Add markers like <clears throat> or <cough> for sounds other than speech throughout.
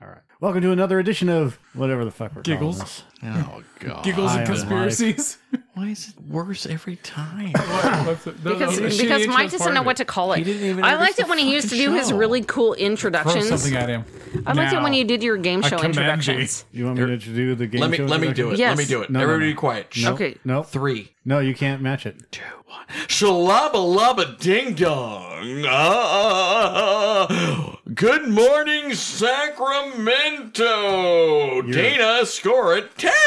All right. Welcome to another edition of whatever the fuck we're calling Giggles. this. Oh god. Giggles I am and <laughs> conspiracies. Why is it worse every time? Because, because Mike doesn't know what to call it. He didn't even I notice liked it the when he used to fucking do his show. really cool throw introductions. something at him. I liked it Now. when you did your game I show commend introductions. You want me to do the game? Er, Let me show let me do it. introduction? Let Yes. me do it. No, no, Everybody no. be quiet. Shh. Okay. Nope. Three, No, you can't match it. two, one. Shalaba laba ding dong. Ah, good morning, Sacramento. Dana score at ten. <laughs>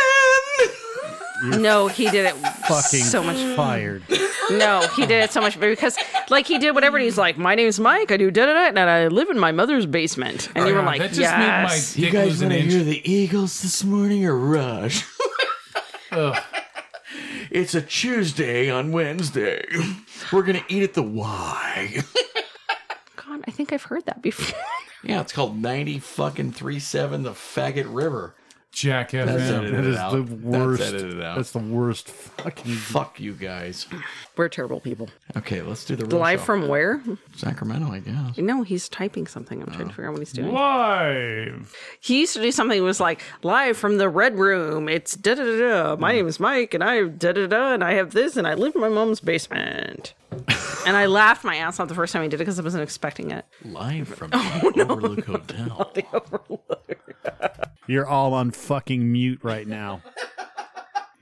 No, he did it Fucking so much. fired. No, he did it so much because, like, he did whatever. He's like, my name's Mike. I do da da da, and I live in my mother's basement. And you were like, that just yes. made my dick lose an wanna inch. the Eagles this morning or Rush? it's a Tuesday on Wednesday. We're gonna eat at the Y. <laughs> God, I think I've heard that before. yeah, it's called ninety fucking three seven the faggot river. Jack That's FM. edited That is out. the worst. That's edited out. That's the worst fucking. Fuck you guys. we're terrible people. Okay, let's do the real Live show. from where? Sacramento, I guess. No, he's typing something. I'm trying to figure out what he's doing. Live. He used to do something that was like live from the red room. It's da da da da. My name is Mike, and I da da da, and I have this, and I live in my mom's basement. <laughs> and I laughed my ass off the first time he did it because I wasn't expecting it. Live from <laughs> Oh, the Overlook Hotel. You're all on fucking mute right <laughs> now.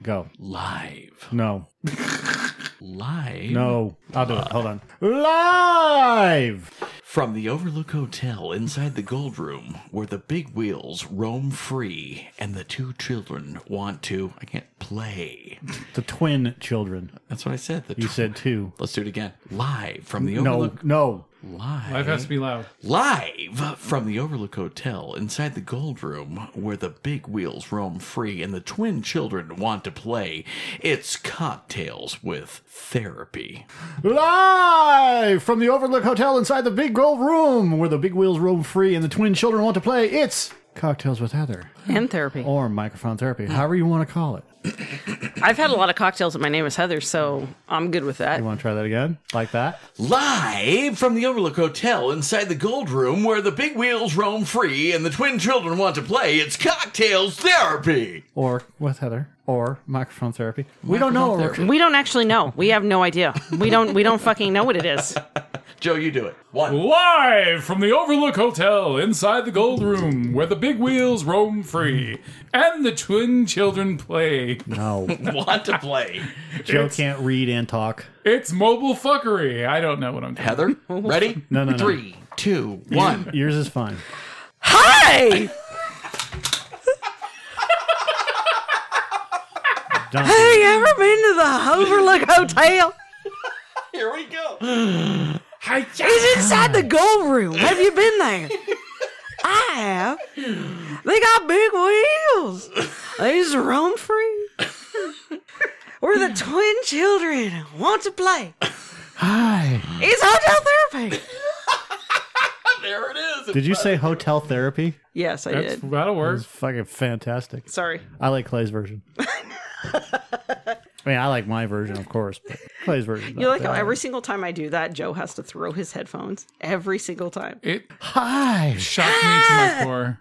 Go. Live. No. Live. No. I'll do it. Hold on. Live. From the Overlook Hotel inside the Gold Room, where the big wheels roam free and the two children want to, I can't play. The twin children. That's what I said. The You tw- said two. Let's do it again. Live from the No. Overlook. No. Live. Live has to be loud. Live from the Overlook Hotel inside the Gold Room, where the big wheels roam free and the twin children want to play, it's cocktails with therapy. Live from the Overlook Hotel inside the Big Gold Room, where the big wheels roam free and the twin children want to play. It's cocktails with Heather And therapy. or microphone therapy, however you want to call it. I've had a lot of cocktails, and my name is Heather, so I'm good with that. You want to try that again, like that? Live from the Overlook Hotel inside the Gold Room, where the big wheels roam free and the twin children want to play, it's cocktails therapy. or with Heather, or microphone therapy. we don't know. Microphone what we're- We don't actually know. We have no idea. We don't. We don't fucking know what it is. Joe, you do it. One. Live from the Overlook Hotel inside the Gold Room, where the big wheels roam free and the twin children play. <laughs> No, <laughs> Want to play. Joe can't read and talk. It's mobile fuckery. I don't know what I'm <laughs> doing. Heather, ready? No, no, no. Three, two, one. <laughs> Yours is fine. Hi. Don't- Hey, ever been to the Overlook Hotel? Here we go. Hi, It's Oh, inside the gold room. Have you <laughs> been there? I have. They got big wheels. They just roam free. Where the twin children want to play. Hi. It's hotel therapy. There it is. Did you say hotel therapy? Yes, I That's, did. that'll work. It's fucking fantastic. Sorry. I like Clay's <laughs> version. I mean, I like my version, of course, but Clay's version. You like how every single time I do that, Joe has to throw his headphones? Every single time. It Hi. shocked me to my core.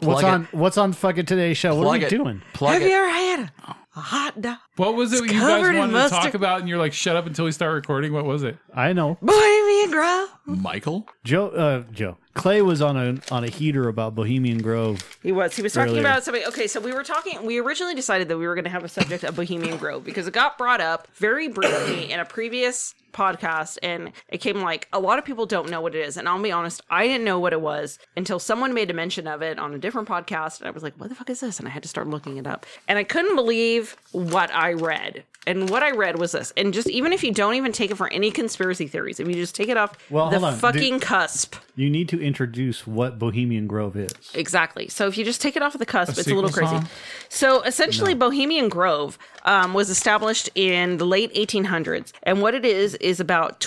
What's Plug it. on? What's on fucking today's show? What are Plug we it. doing? Plug Have it. you ever had a a hot dog? What was it you guys covered in wanted to talk mustard. about and you're like, shut up until we start recording? What was it? I know. Bohemian Grove? Michael? Joe. Uh, Joe. Clay was on a on a heater about Bohemian Grove. He was. He was talking Earlier. about something. Okay, so we were talking. We originally decided that we were going to have a subject of Bohemian Grove because it got brought up very briefly in a previous podcast, and it came like a lot of people don't know what it is. And I'll be honest, I didn't know what it was until someone made a mention of it on a different podcast, and I was like, "What the fuck is this?" And I had to start looking it up, and I couldn't believe what I read. And what I read was this. And just even if you don't even take it for any conspiracy theories, if you just take it off Well, the hold on. Do- fucking cusp. You need to introduce what Bohemian Grove is. Exactly. So if you just take it off of the cusp, it's a little sequel crazy. song? So essentially, Bohemian Grove um, was established in the late 1800s, and what it is is about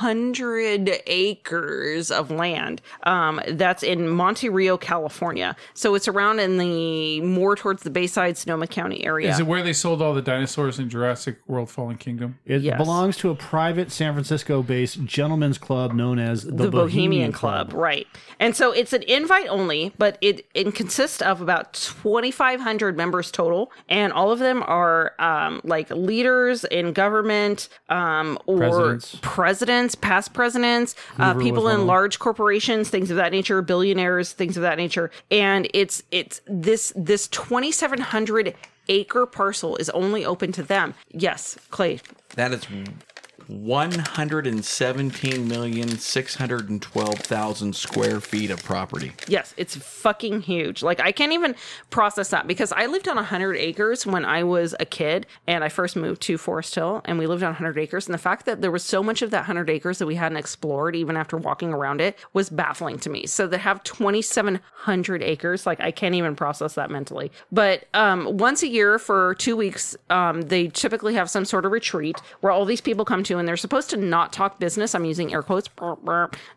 2,700 acres of land. Um, that's in Monte Rio, California. So it's around in the more towards the Bayside, Sonoma County area. Is it where they sold all the dinosaurs in Jurassic World Fallen Kingdom? It Yes. belongs to a private San Francisco based gentleman's club known as the, the Bohemian, Club, right? And so it's an invite only, but it, it consists of about 2,500 members total, and all of them are um, like leaders in government um, or Presidents. presidents, past presidents, uh, Hoover people was in one. large corporations, things of that nature, billionaires, things of that nature. And it's it's this this 2,700 acre parcel is only open to them. Yes, Clay. That is 117,612,000 square feet of property. Yes, it's fucking huge. Like I can't even process that because I lived on 100 acres when I was a kid and I first moved to Forest Hill and we lived on 100 acres and the fact that there was so much of that 100 acres that we hadn't explored even after walking around it was baffling to me. So to have 2700 acres, like I can't even process that mentally. But um once a year for 2 weeks, um they typically have some sort of retreat where all these people come to and they're supposed to not talk business. I'm using air quotes.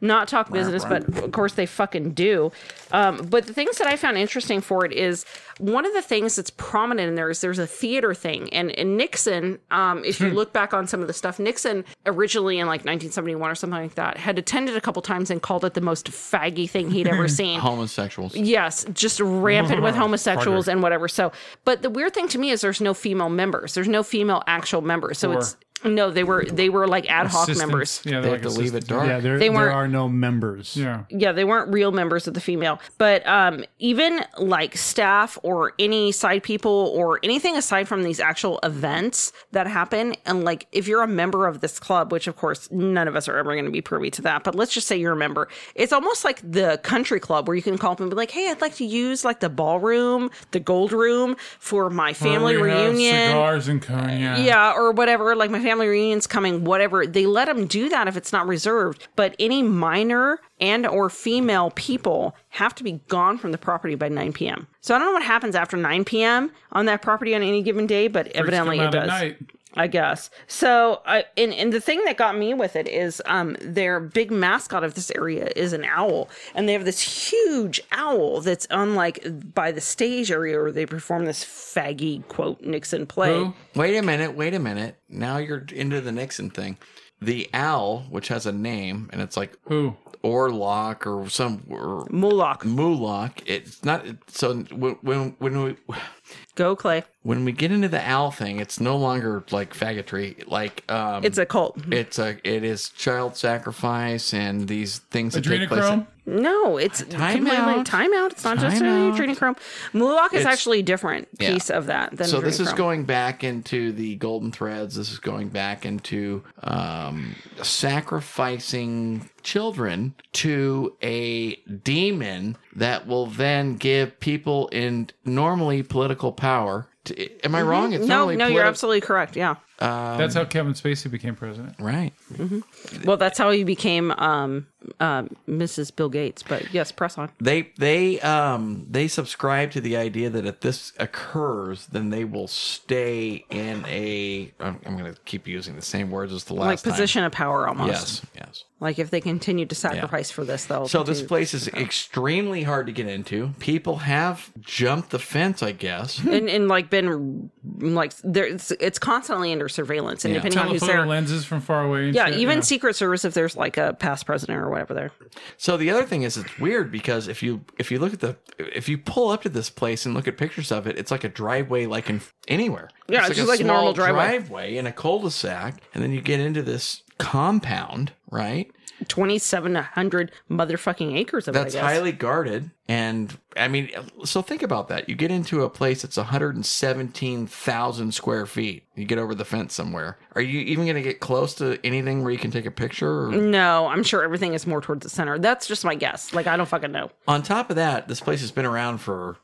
Not talk business, but of course they fucking do. Um, but the things that I found interesting for it is one of the things that's prominent in there is there's a theater thing, and, and Nixon, um, if you look back on some of the stuff, Nixon originally in like 1971 or something like that had attended a couple times and called it the most faggy thing he'd ever seen. Homosexuals. Yes, just rampant with homosexuals and whatever. So, but the weird thing to me is there's no female members. There's no female actual members. So it's no, they were they were like ad hoc Assistants. members. Yeah, They they're have like to leave it assistants. dark. Yeah, there, They there weren't- are no members. Yeah. yeah they weren't real members of the female but um even like staff or any side people or anything aside from these actual events that happen and like if you're a member of this club which of course none of us are ever going to be privy to that but let's just say you're a member it's almost like the country club where you can call up and be like hey i'd like to use like the ballroom the gold room for my family Oh, We have reunion Uh, Cigars and cognac. yeah, or whatever. Like my family reunion's coming, whatever. They let them do that if it's not reserved. But any minor and or female people have to be gone from the property by 9 p.m. So I don't know what happens after 9 p.m. on that property on any given day, but evidently come out it at does. night. I guess. So I and, and the thing that got me with it is um their big mascot of this area is an owl. And they have this huge owl that's unlike by the stage area where they perform this faggy quote Nixon play. Who? Wait a minute, wait a minute. Now you're into the Nixon thing. The owl, which has a name, and it's like Who? Orlock or some or Moloch. Moolock. It's not so when when when we Go, Clay. when we get into the owl thing, it's no longer like faggotry. Like um, It's a cult. it's a it is child sacrifice and these things that take place. Adrenochrome? No, it's Time completely out. time out. It's not just Time an out. adrenochrome. Moloch is It's- actually a different Yeah. piece of that than so this is adrenochrome. going back into the golden threads this is going back into um, sacrificing children to a demon that will then give people in normally political power to, am i wrong it's Mm-hmm. No, normally no, you're politi- absolutely correct. Yeah. um, That's how Kevin Spacey became president. right Well, that's how you became um, um, Mrs. Bill Gates. But yes, press on. they they um they subscribe to the idea that if this occurs then they will stay in a i'm, I'm gonna keep using the same words as the last Like time. position of power, almost. yes yes Like if they continue to sacrifice for this, though. So this place is extremely hard to get into. People have jumped the fence, I <laughs> guess. and, and like been like there, it's, it's constantly under surveillance, and depending on who's Telephoto there. lenses from far away. and Yeah, shit, even Secret Service if there's like a past president or whatever there. So the other thing is it's weird because if you if you look at the if you pull up to this place and look at pictures of it, it's like a driveway like in anywhere. Yeah, it's just like a normal driveway. driveway in a cul-de-sac, and then you get into this compound, right? Twenty seven hundred motherfucking acres of That's it. I guess. highly guarded. And I mean, so think about that. You get into a place that's 117,000 square feet. You get over the fence somewhere. Are you even going to get close to anything where you can take a picture? Or- No, I'm sure everything is more towards the center. That's just my guess. Like I don't fucking know. On top of that, this place has been around for.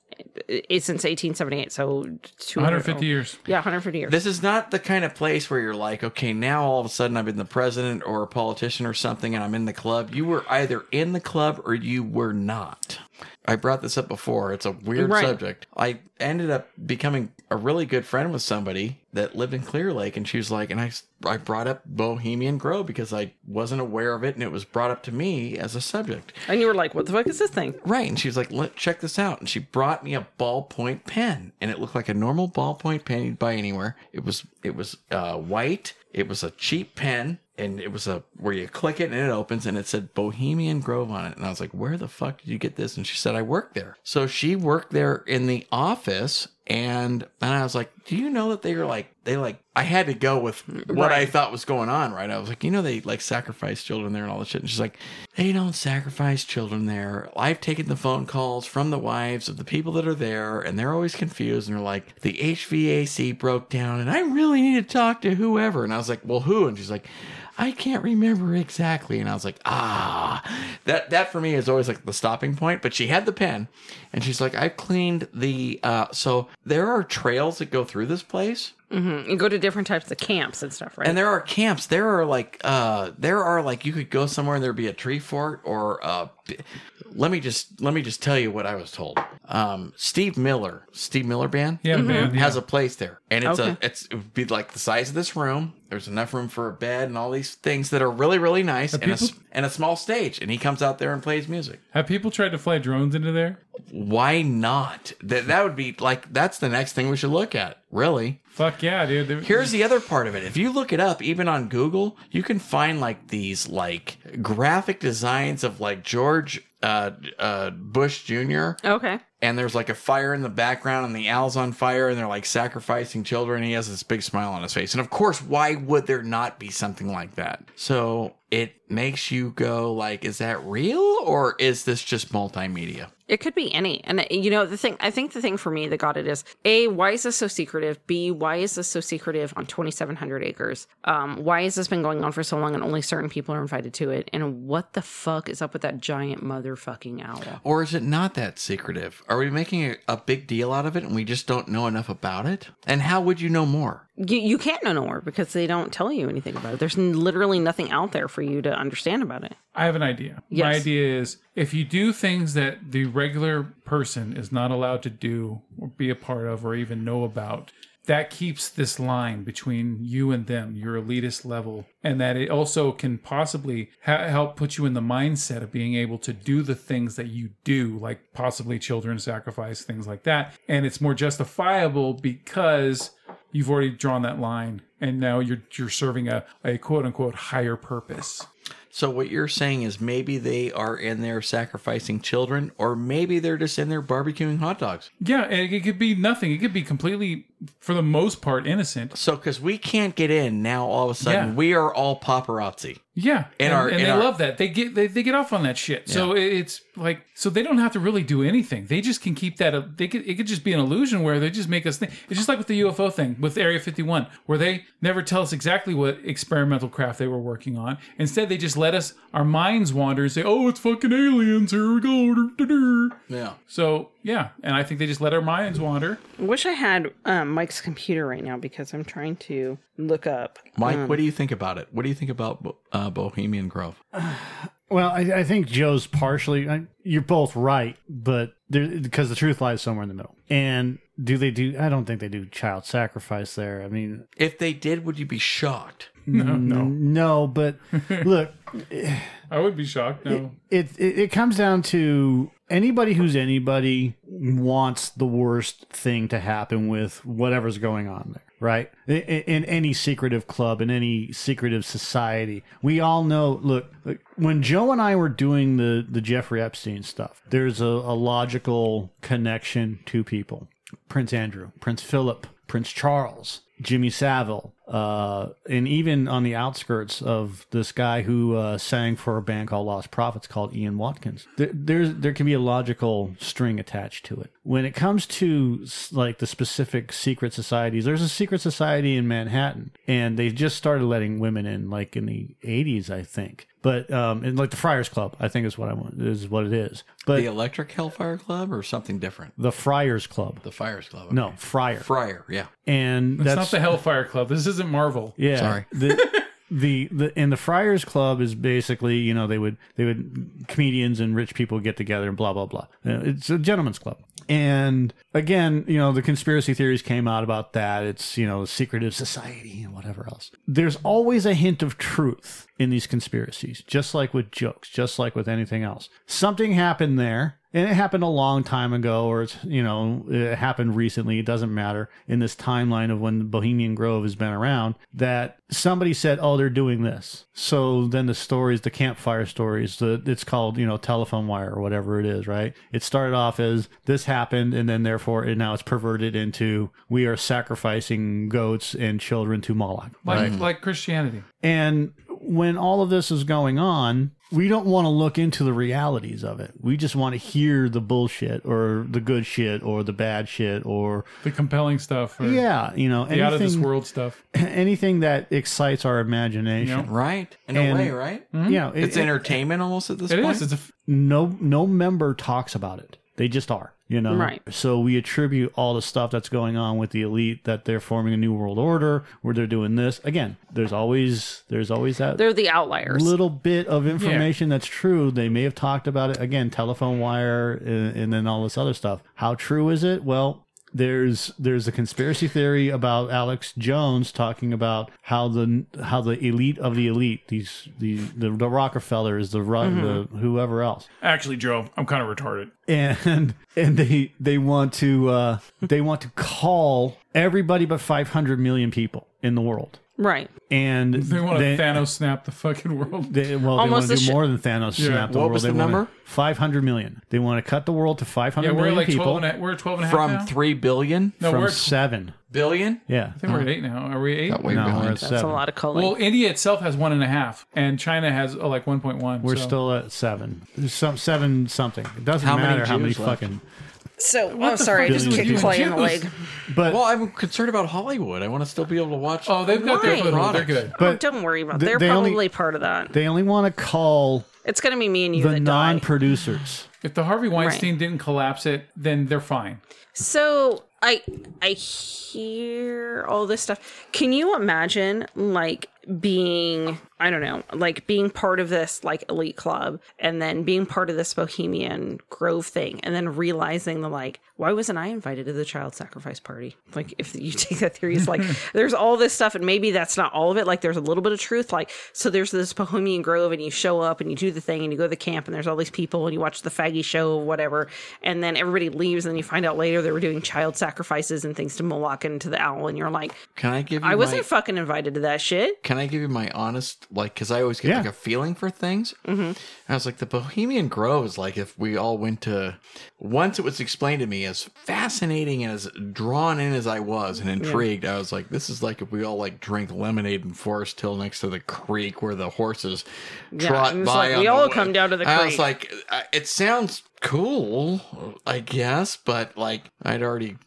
It's since 1878, so 200 150 years. Yeah, 150 years. This is not the kind of place where you're like, okay, now all of a sudden I've been the president or a politician or something and I'm in the club. You were either in the club or you were not. I brought this up before. It's a weird Right. subject. I ended up becoming a really good friend with somebody that lived in Clear Lake, and she was like, and I, s- I brought up Bohemian Grove because I wasn't aware of it, and it was brought up to me as a subject. And you were like, what the fuck is this thing? Right. And she was like, let check this out. And she brought me a ballpoint pen. And it looked like a normal ballpoint pen you'd buy anywhere. It was it was uh, white. It was a cheap pen. And it was a where you click it and it opens and it said Bohemian Grove on it. And I was like, Where the fuck did you get this? And she said, I work there. So she worked there in the office and and I was like, Do you know that they were like they like I had to go with what I thought was going on, right? I was like, you know, they like sacrifice children there and all this shit. And she's like, they don't sacrifice children there. I've taken the phone calls from the wives of the people that are there, and they're always confused. And they're like, the HVAC broke down, and I really need to talk to whoever. And I was like, well, who? And she's like, I can't remember exactly. And I was like, ah, that that for me is always like the stopping point. But she had the pen, and she's like, I've cleaned the. Uh, so there are trails that go through this place You go to different types of camps and stuff, right? and there are camps there are like uh there are like you could go somewhere and there'd be a tree fort or uh b- let me just let me just tell you what i was told um steve miller steve miller band Yeah, man. yeah. has a place there and it's Okay. a it's it would be like the size of this room there's enough room for a bed and all these things that are really really nice and a, s- people- and a small stage and he comes out there and plays music Have people tried to fly drones into there? why not that that would be like that's the next thing we should look at really Fuck yeah, dude. They- Here's the other part of it. If you look it up, even on Google, you can find like these like graphic designs of like George uh, uh, Bush Jr. okay. and there's like a fire in the background and the owl's on fire and they're like sacrificing children. He has this big smile on his face. And of course, why would there not be something like that? So it makes you go like, is that real or is this just multimedia? It could be any. And uh, you know, the thing, I think the thing for me that got it is A, why is this so secretive? B, why is this so secretive on 2,700 acres? Um, why has this been going on for so long and only certain people are invited to it? And what the fuck is up with that giant motherfucking owl? Or is it not that secretive? Are we making a, a big deal out of it and we just don't know enough about it? And how would you know more? You, you can't know more because they don't tell you anything about it. There's n- literally nothing out there for you to understand about it. I have an idea. My Yes. idea is if you do things that the regular person is not allowed to do or be a part of or even know about, that keeps this line between you and them, your elitist level, and that it also can possibly ha- help put you in the mindset of being able to do the things that you do, like possibly children sacrifice, things like that. And it's more justifiable because you've already drawn that line and now you're you're serving a, a quote unquote higher purpose. So, what you're saying is maybe they are in there sacrificing children, or maybe they're just in there barbecuing hot dogs. Yeah, and it could be nothing. It could be completely, for the most part, innocent. So, because we can't get in now, all of a sudden, Yeah. we are all paparazzi. Yeah, In and, our- and in they our- love that. They get they, they get off on that shit. So it- it's like so they don't have to really do anything. They just can keep that. a- They could it could just be an illusion where they just make us think. It's just like with the UFO thing with Area 51, where they never tell us exactly what experimental craft they were working on. Instead, they just let us our minds wander and say, "Oh, it's fucking aliens. Here we go." Yeah. So yeah, and I think they just let our minds wander. I wish I had um, Mike's computer right now because I'm trying to look up. Mike, what do you think about it? What do you think about Bo- uh, Bohemian Grove? Well, I, I think Joe's partially. I, you're both right, but because the truth lies somewhere in the middle. And do they do? I don't think they do child sacrifice there. I mean, If they did, would you be shocked? No, no, Mm, no, <laughs> but look, I would be shocked. No. it, it it comes down to anybody who's anybody wants the worst thing to happen with whatever's going on there right in, in any secretive club in any secretive society we all know look look, when joe and i were doing the the jeffrey epstein stuff there's a, a logical connection to people prince andrew prince philip prince charles Jimmy Savile, uh, and even on the outskirts of this guy who uh, sang for a band called Lost Prophets called Ian Watkins. There, there's there can be a logical string attached to it. When it comes to s- like the specific secret societies, there's a secret society in Manhattan, and they just started letting women in like in the 80s, I think. But um, and like the Friars Club, I think is what I want is what it is. But The the, Electric Hellfire Club or something different? Friars Club, The Fires Club. no Friar, Friar, yeah. and It's that's not the Hellfire Club. This isn't Marvel. Yeah. Sorry. <laughs> the- the the and the Friars Club is basically you know they would they would comedians and rich people get together and blah blah blah. Uh, It's a gentleman's club. And again, you know, the conspiracy theories came out about that. It's, you know, secretive society and whatever else. There's always a hint of truth in these conspiracies, just like with jokes, just like with anything else. Something happened there and it happened a long time ago or it's you know it happened recently it doesn't matter in this timeline of when bohemian grove has been around that somebody said oh they're doing this so then the stories the campfire stories the it's called you know telephone wire or whatever it is right it started off as this happened and then therefore and now it's perverted into we are sacrificing goats and children to moloch like like Christianity. and when all of this is going on, we don't want to look into the realities of it. We just want to hear the bullshit or the good shit or the bad shit or The compelling stuff. Or yeah, you know, The anything, out of this world stuff. <clears throat> anything that excites our imagination. Right? In a And- way, right? Yeah, it- It's it- entertainment almost at this It point. is. It's a f- no no member talks about it. They just are, you know. Right. So we attribute all the stuff that's going on with the elite that they're forming a new world order, where they're doing this. Again, there's always there's always that They're the outliers. little bit of information that's true. They may have talked about it again, telephone wire, and, and then all this other stuff. How true is it? Well, there's there's a conspiracy theory about Alex Jones talking about how the how the elite of the elite, these the the, the Rockefellers, the, Ro- Mm-hmm. the whoever else, actually, Joe. I'm kind of retarded. and <laughs> and they they want to uh, they want to call everybody but 500 million people in the world. right. And They want to Thanos snap the fucking world. They, well, Almost they want to a sh- do more than Thanos Yeah. snap the What world. was They the wanna- number? 500 million. They want to cut the world to five yeah, hundred we're million like people 12 and a, we're 12 and a half From now? 3 billion? No, from we're, seven. Billion? Yeah. I think we're at eight now. Are we at eight? Got way No, we're at behind. That's a seven. lot of culling. Well, India itself has one and a half, and China has oh, like 1.1. We're so- still at seven. There's some seven something. It doesn't How many matter how many Jews left? fucking. so, I'm the sorry, I fuck just is with kicked you Clay in the Jews? leg. But Well, I'm concerned about Hollywood. I want to still be able to watch. Oh, they've got their Why? foothold. They're good. but Don't worry about it. They- They're they only- probably part of that. they only want to call it's going to be me and you the that die. non-producers. If the Harvey Weinstein didn't collapse it, then they're fine. So I I hear all this stuff. Can you imagine like being I don't know, like being part of this like elite club and then being part of this Bohemian Grove thing and then realizing the like why wasn't I invited to the child sacrifice party? Like if you <laughs> take that theory it's like there's all this stuff and maybe that's not all of it like there's a little bit of truth like so there's this Bohemian Grove and you show up and you do the thing and you go to the camp and there's all these people and you watch the faggy show whatever and then everybody leaves and then you find out later they were doing child sacrifices and things to Moloch and to the owl and you're like Can I give you I wasn't my, fucking invited to that shit. Can I give you my honest like? Because I always get Yeah. like a feeling for things. Mm-hmm. I was like, the Bohemian Grove is like if we all went to. Once it was explained to me, as fascinating and as drawn in as I was and intrigued, I was like, this is like if we all like drink lemonade in Forest Hill next to the creek where the horses trot and by. it's like, on we the all way." come down to the I was creek. like, I- it sounds cool, I guess, but like I'd already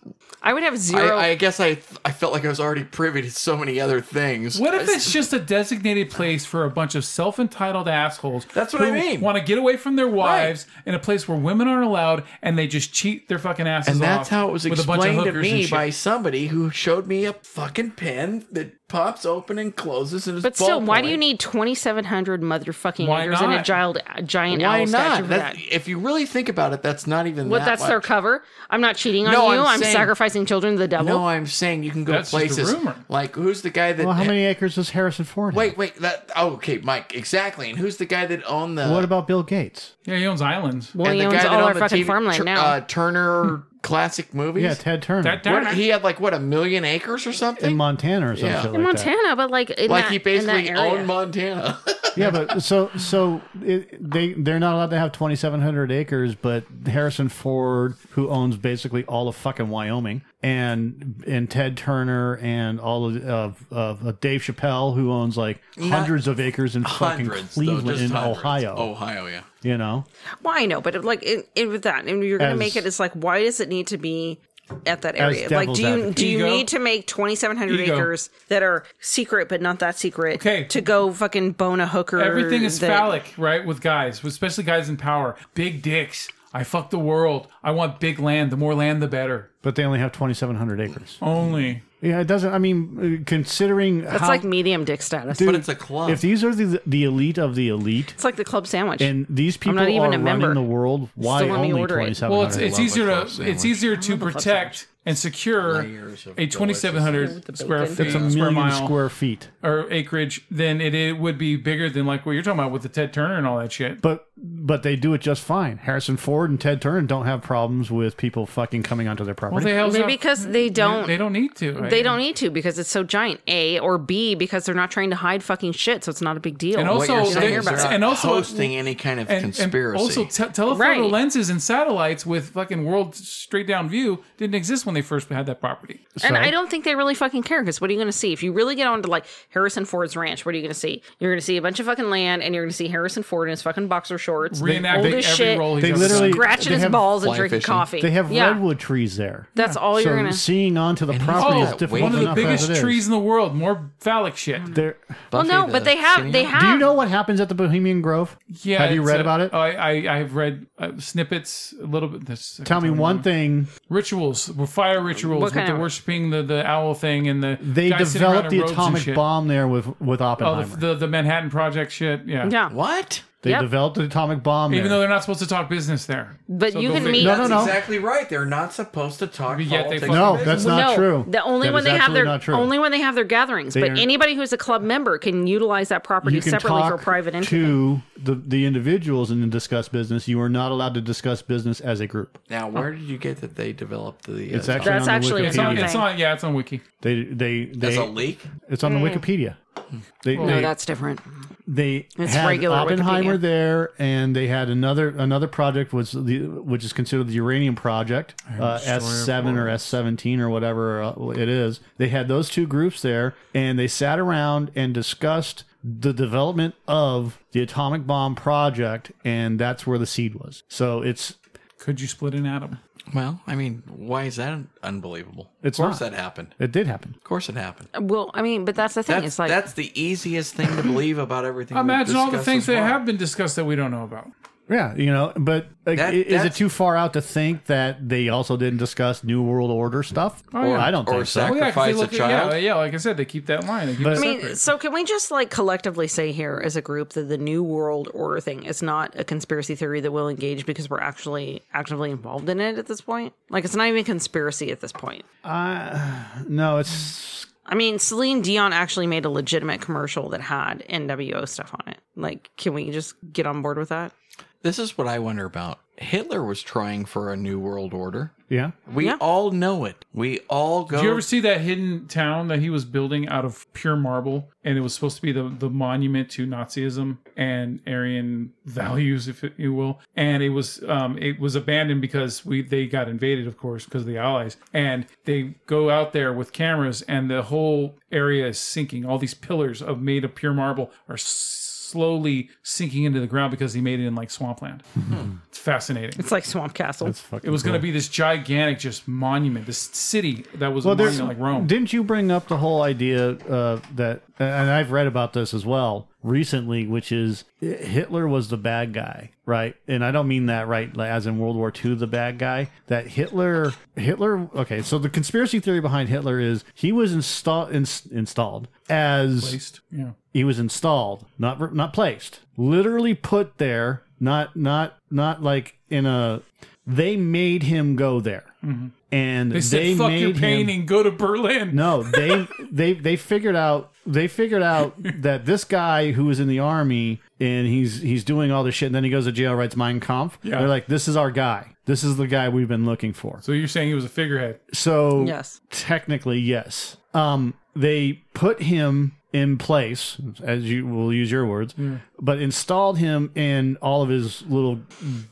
I would have zero I, I guess I I felt like I was already privy to so many other things. What if it's just a designated place for a bunch of self entitled assholes? That's what I mean. Want to get away from their wives in a place where women aren't allowed, and they just cheat their fucking asses and that's off how it was with a bunch of explained to hookers and me shit. by somebody who showed me a fucking pen that pops open and closes and is But still, why do you ballpoint. need 2,700 motherfucking Why niggers and a not? giant, giant why owl statue not? for That, that? if you really think about it, that's not even What, that that's their much. cover? I'm not cheating on No, you. I'm I'm, saying- sacrificing children to the devil. No, I'm saying you can go That's just a places rumor. like who's the guy that Well, how many acres does Harrison Ford? have? Wait, wait, that oh, okay, Mike, exactly. And who's the guy that owned the uh, What about Bill Gates? yeah, he owns islands. well, and he the owns guy that all our owned the fucking TV farmland Tur- now. uh, Turner classic movies? Yeah, Ted Turner That- that- What, he had like what a million acres or something? in Montana or something Yeah. like in that. Montana, but like, in like that, he in basically that area. owned Montana. yeah, but so so it, they they're not allowed to have twenty seven hundred acres, but Harrison Ford, who owns basically all of fucking Wyoming, and and Ted Turner and all of of, of uh, Dave Chappelle, who owns like hundreds of acres in fucking Cleveland in Ohio, Oh. Ohio, yeah. you know. Well, I know, but like in, in, with that, and you're gonna As- make it. It's like, why does it need to be at that As area? Like, devil's do you advocate. do you Ego. need to make 2,700 Ego. acres that are secret but not that secret Okay. to go fucking bone a hooker? Everything is that- phallic, right? With guys, especially guys in power, big dicks. I fuck the world. I want big land. The more land, the better. But they only have 2,700 acres. Oh. Only. Yeah, it doesn't. I mean, uh, considering That's how like medium dick status. But it's a club. if these are the the elite of the elite, it's like the club sandwich. and these people not even are a running member. the world, why Still let me only order it. twenty seven Well, it's hundred? it's love easier the to club it's sandwich. easier to protect and secure Layers of a twenty seven With the hundred square bacon. feet a square million mile square feet. or acreage than it, it would be bigger than like what you're talking about with the Ted Turner and all that shit. But but they do it just fine. Harrison Ford and Ted Turner don't have problems with people fucking coming onto their Well, property. they hell's Maybe not- because they don't- they don't need to. right? they don't need to because it's so giant. A or B because they're not trying to hide fucking shit, so it's not a big deal. And what also, you're they- saying is they're not and also- hosting any kind of and, and conspiracy. also te- telephoto Right. lenses and satellites with fucking world straight down view didn't exist when they first had that property. And I don't think they really fucking care because what are you going to see? If you really get onto like Harrison Ford's ranch, what are you going to see? You're going to see a bunch of fucking land and you're going to see Harrison Ford in his fucking boxer shorts, Reenacting old every as shit, role he's They ever literally- done. scratching They his have balls and fly drinking fishing. coffee. They have yeah, redwood trees there. That's all so you're going to seeing onto the property he's is got difficult one of the enough as biggest it is. trees in the world. More phallic shit. There- Well, Buffy no, the but they have skinny they one? have Do you know what happens at the Bohemian Grove? Yeah, Have you it's read a- about it? I I, I have read uh, snippets a little bit. This, Tell me one thing rituals were fire rituals What with kind the of- worshiping the, the owl thing and the they guys sitting around developed in the robes and atomic shit. bomb there with with Oh, Oppenheimer. the, the the Manhattan Project shit. Yeah. Yeah. what? they Yep. developed the atomic bomb Even there. though they're not supposed to talk business there. But you go can figure. meet- No, no, no. exactly right. They're not supposed to talk. Yet they politics. fucking- no, that's not no, true. The only That when is they have absolutely their not true. only when they have their gatherings. They but are- anybody who's a club member can utilize that property you can separately for talk a private entity. to the the individuals and then discuss business. You are not allowed to discuss business as a group. Now, where did you get that they developed the? Uh, It's actually That's on actually the a It's Wikipedia. on, Yeah. it's on. Yeah, it's on Wiki. They they they. as a leak. it's Hmm. on the Wikipedia. They No, they, that's different. they It's had regular Oppenheimer Wikipedia. there, and they had another another project was the which is considered the uranium project, uh, S seven or S seventeen or whatever uh, it is. They had those two groups there, and they sat around and discussed the development of the atomic bomb project, and that's where the seed was. So it's Could you split an atom? Well, I mean, why is that un- unbelievable? It's of course not. that happened. it did happen. Of course it happened. Well, I mean, but that's the thing. That's, it's like that's the easiest thing to believe about everything. we've Imagine all the discussed things so that far. have been discussed that we don't know about. Yeah, you know, but like, That- i- is it that's- too far out to think that they also didn't discuss New World Order stuff? yeah. I don't Or think so. sac- Oh, yeah, 'cause they Sacrifice a look at- child? Yeah, yeah, like I said, they keep that line. They keep But- I it I mean, separate. so can we just like collectively say here as a group that the New World Order thing is not a conspiracy theory that we'll engage because we're actually actively involved in it at this point? Like, it's not even a conspiracy at this point. No, it's I mean, Celine Dion actually made a legitimate commercial that had NWO stuff on it. Like, can we just get on board with that? This is what I wonder about. Hitler was trying for a new world order. yeah. We Yeah. all know it. We all go. Do you ever see that hidden town that he was building out of pure marble, and it was supposed to be the, the monument to Nazism and Aryan values, if you will? And it was um, it was abandoned because we they got invaded, of course, because of the Allies. And they go out there with cameras, and the whole area is sinking. All these pillars of made of pure marble are s- slowly sinking into the ground because he made it in like swampland. It's fascinating. It's like Swamp Castle. It was going to be this gigantic, just monument, this city that was a there's- monument like Rome. Didn't you bring up the whole idea uh, that, and I've read about this as well recently, which is Hitler was the bad guy, right? And I don't mean that right like, as in World War II, the bad guy. That Hitler, Hitler, okay, so the conspiracy theory behind Hitler is he was install, ins installed as. Placed, Yeah. he was installed, not not placed, literally put there, not not not like in a. They made him go there, and they, Mm-hmm. They said, "Fuck made your him. painting, go to Berlin." No, they they they figured out they figured out that this guy who was in the army and he's he's doing all this shit, and then he goes to jail, writes Mein Kampf. Yeah. They're like, this is our guy. This is the guy we've been looking for. So you're saying he was a figurehead? So Yes. technically yes. Um, they put him in place, as you will use your words, but installed him in all of his little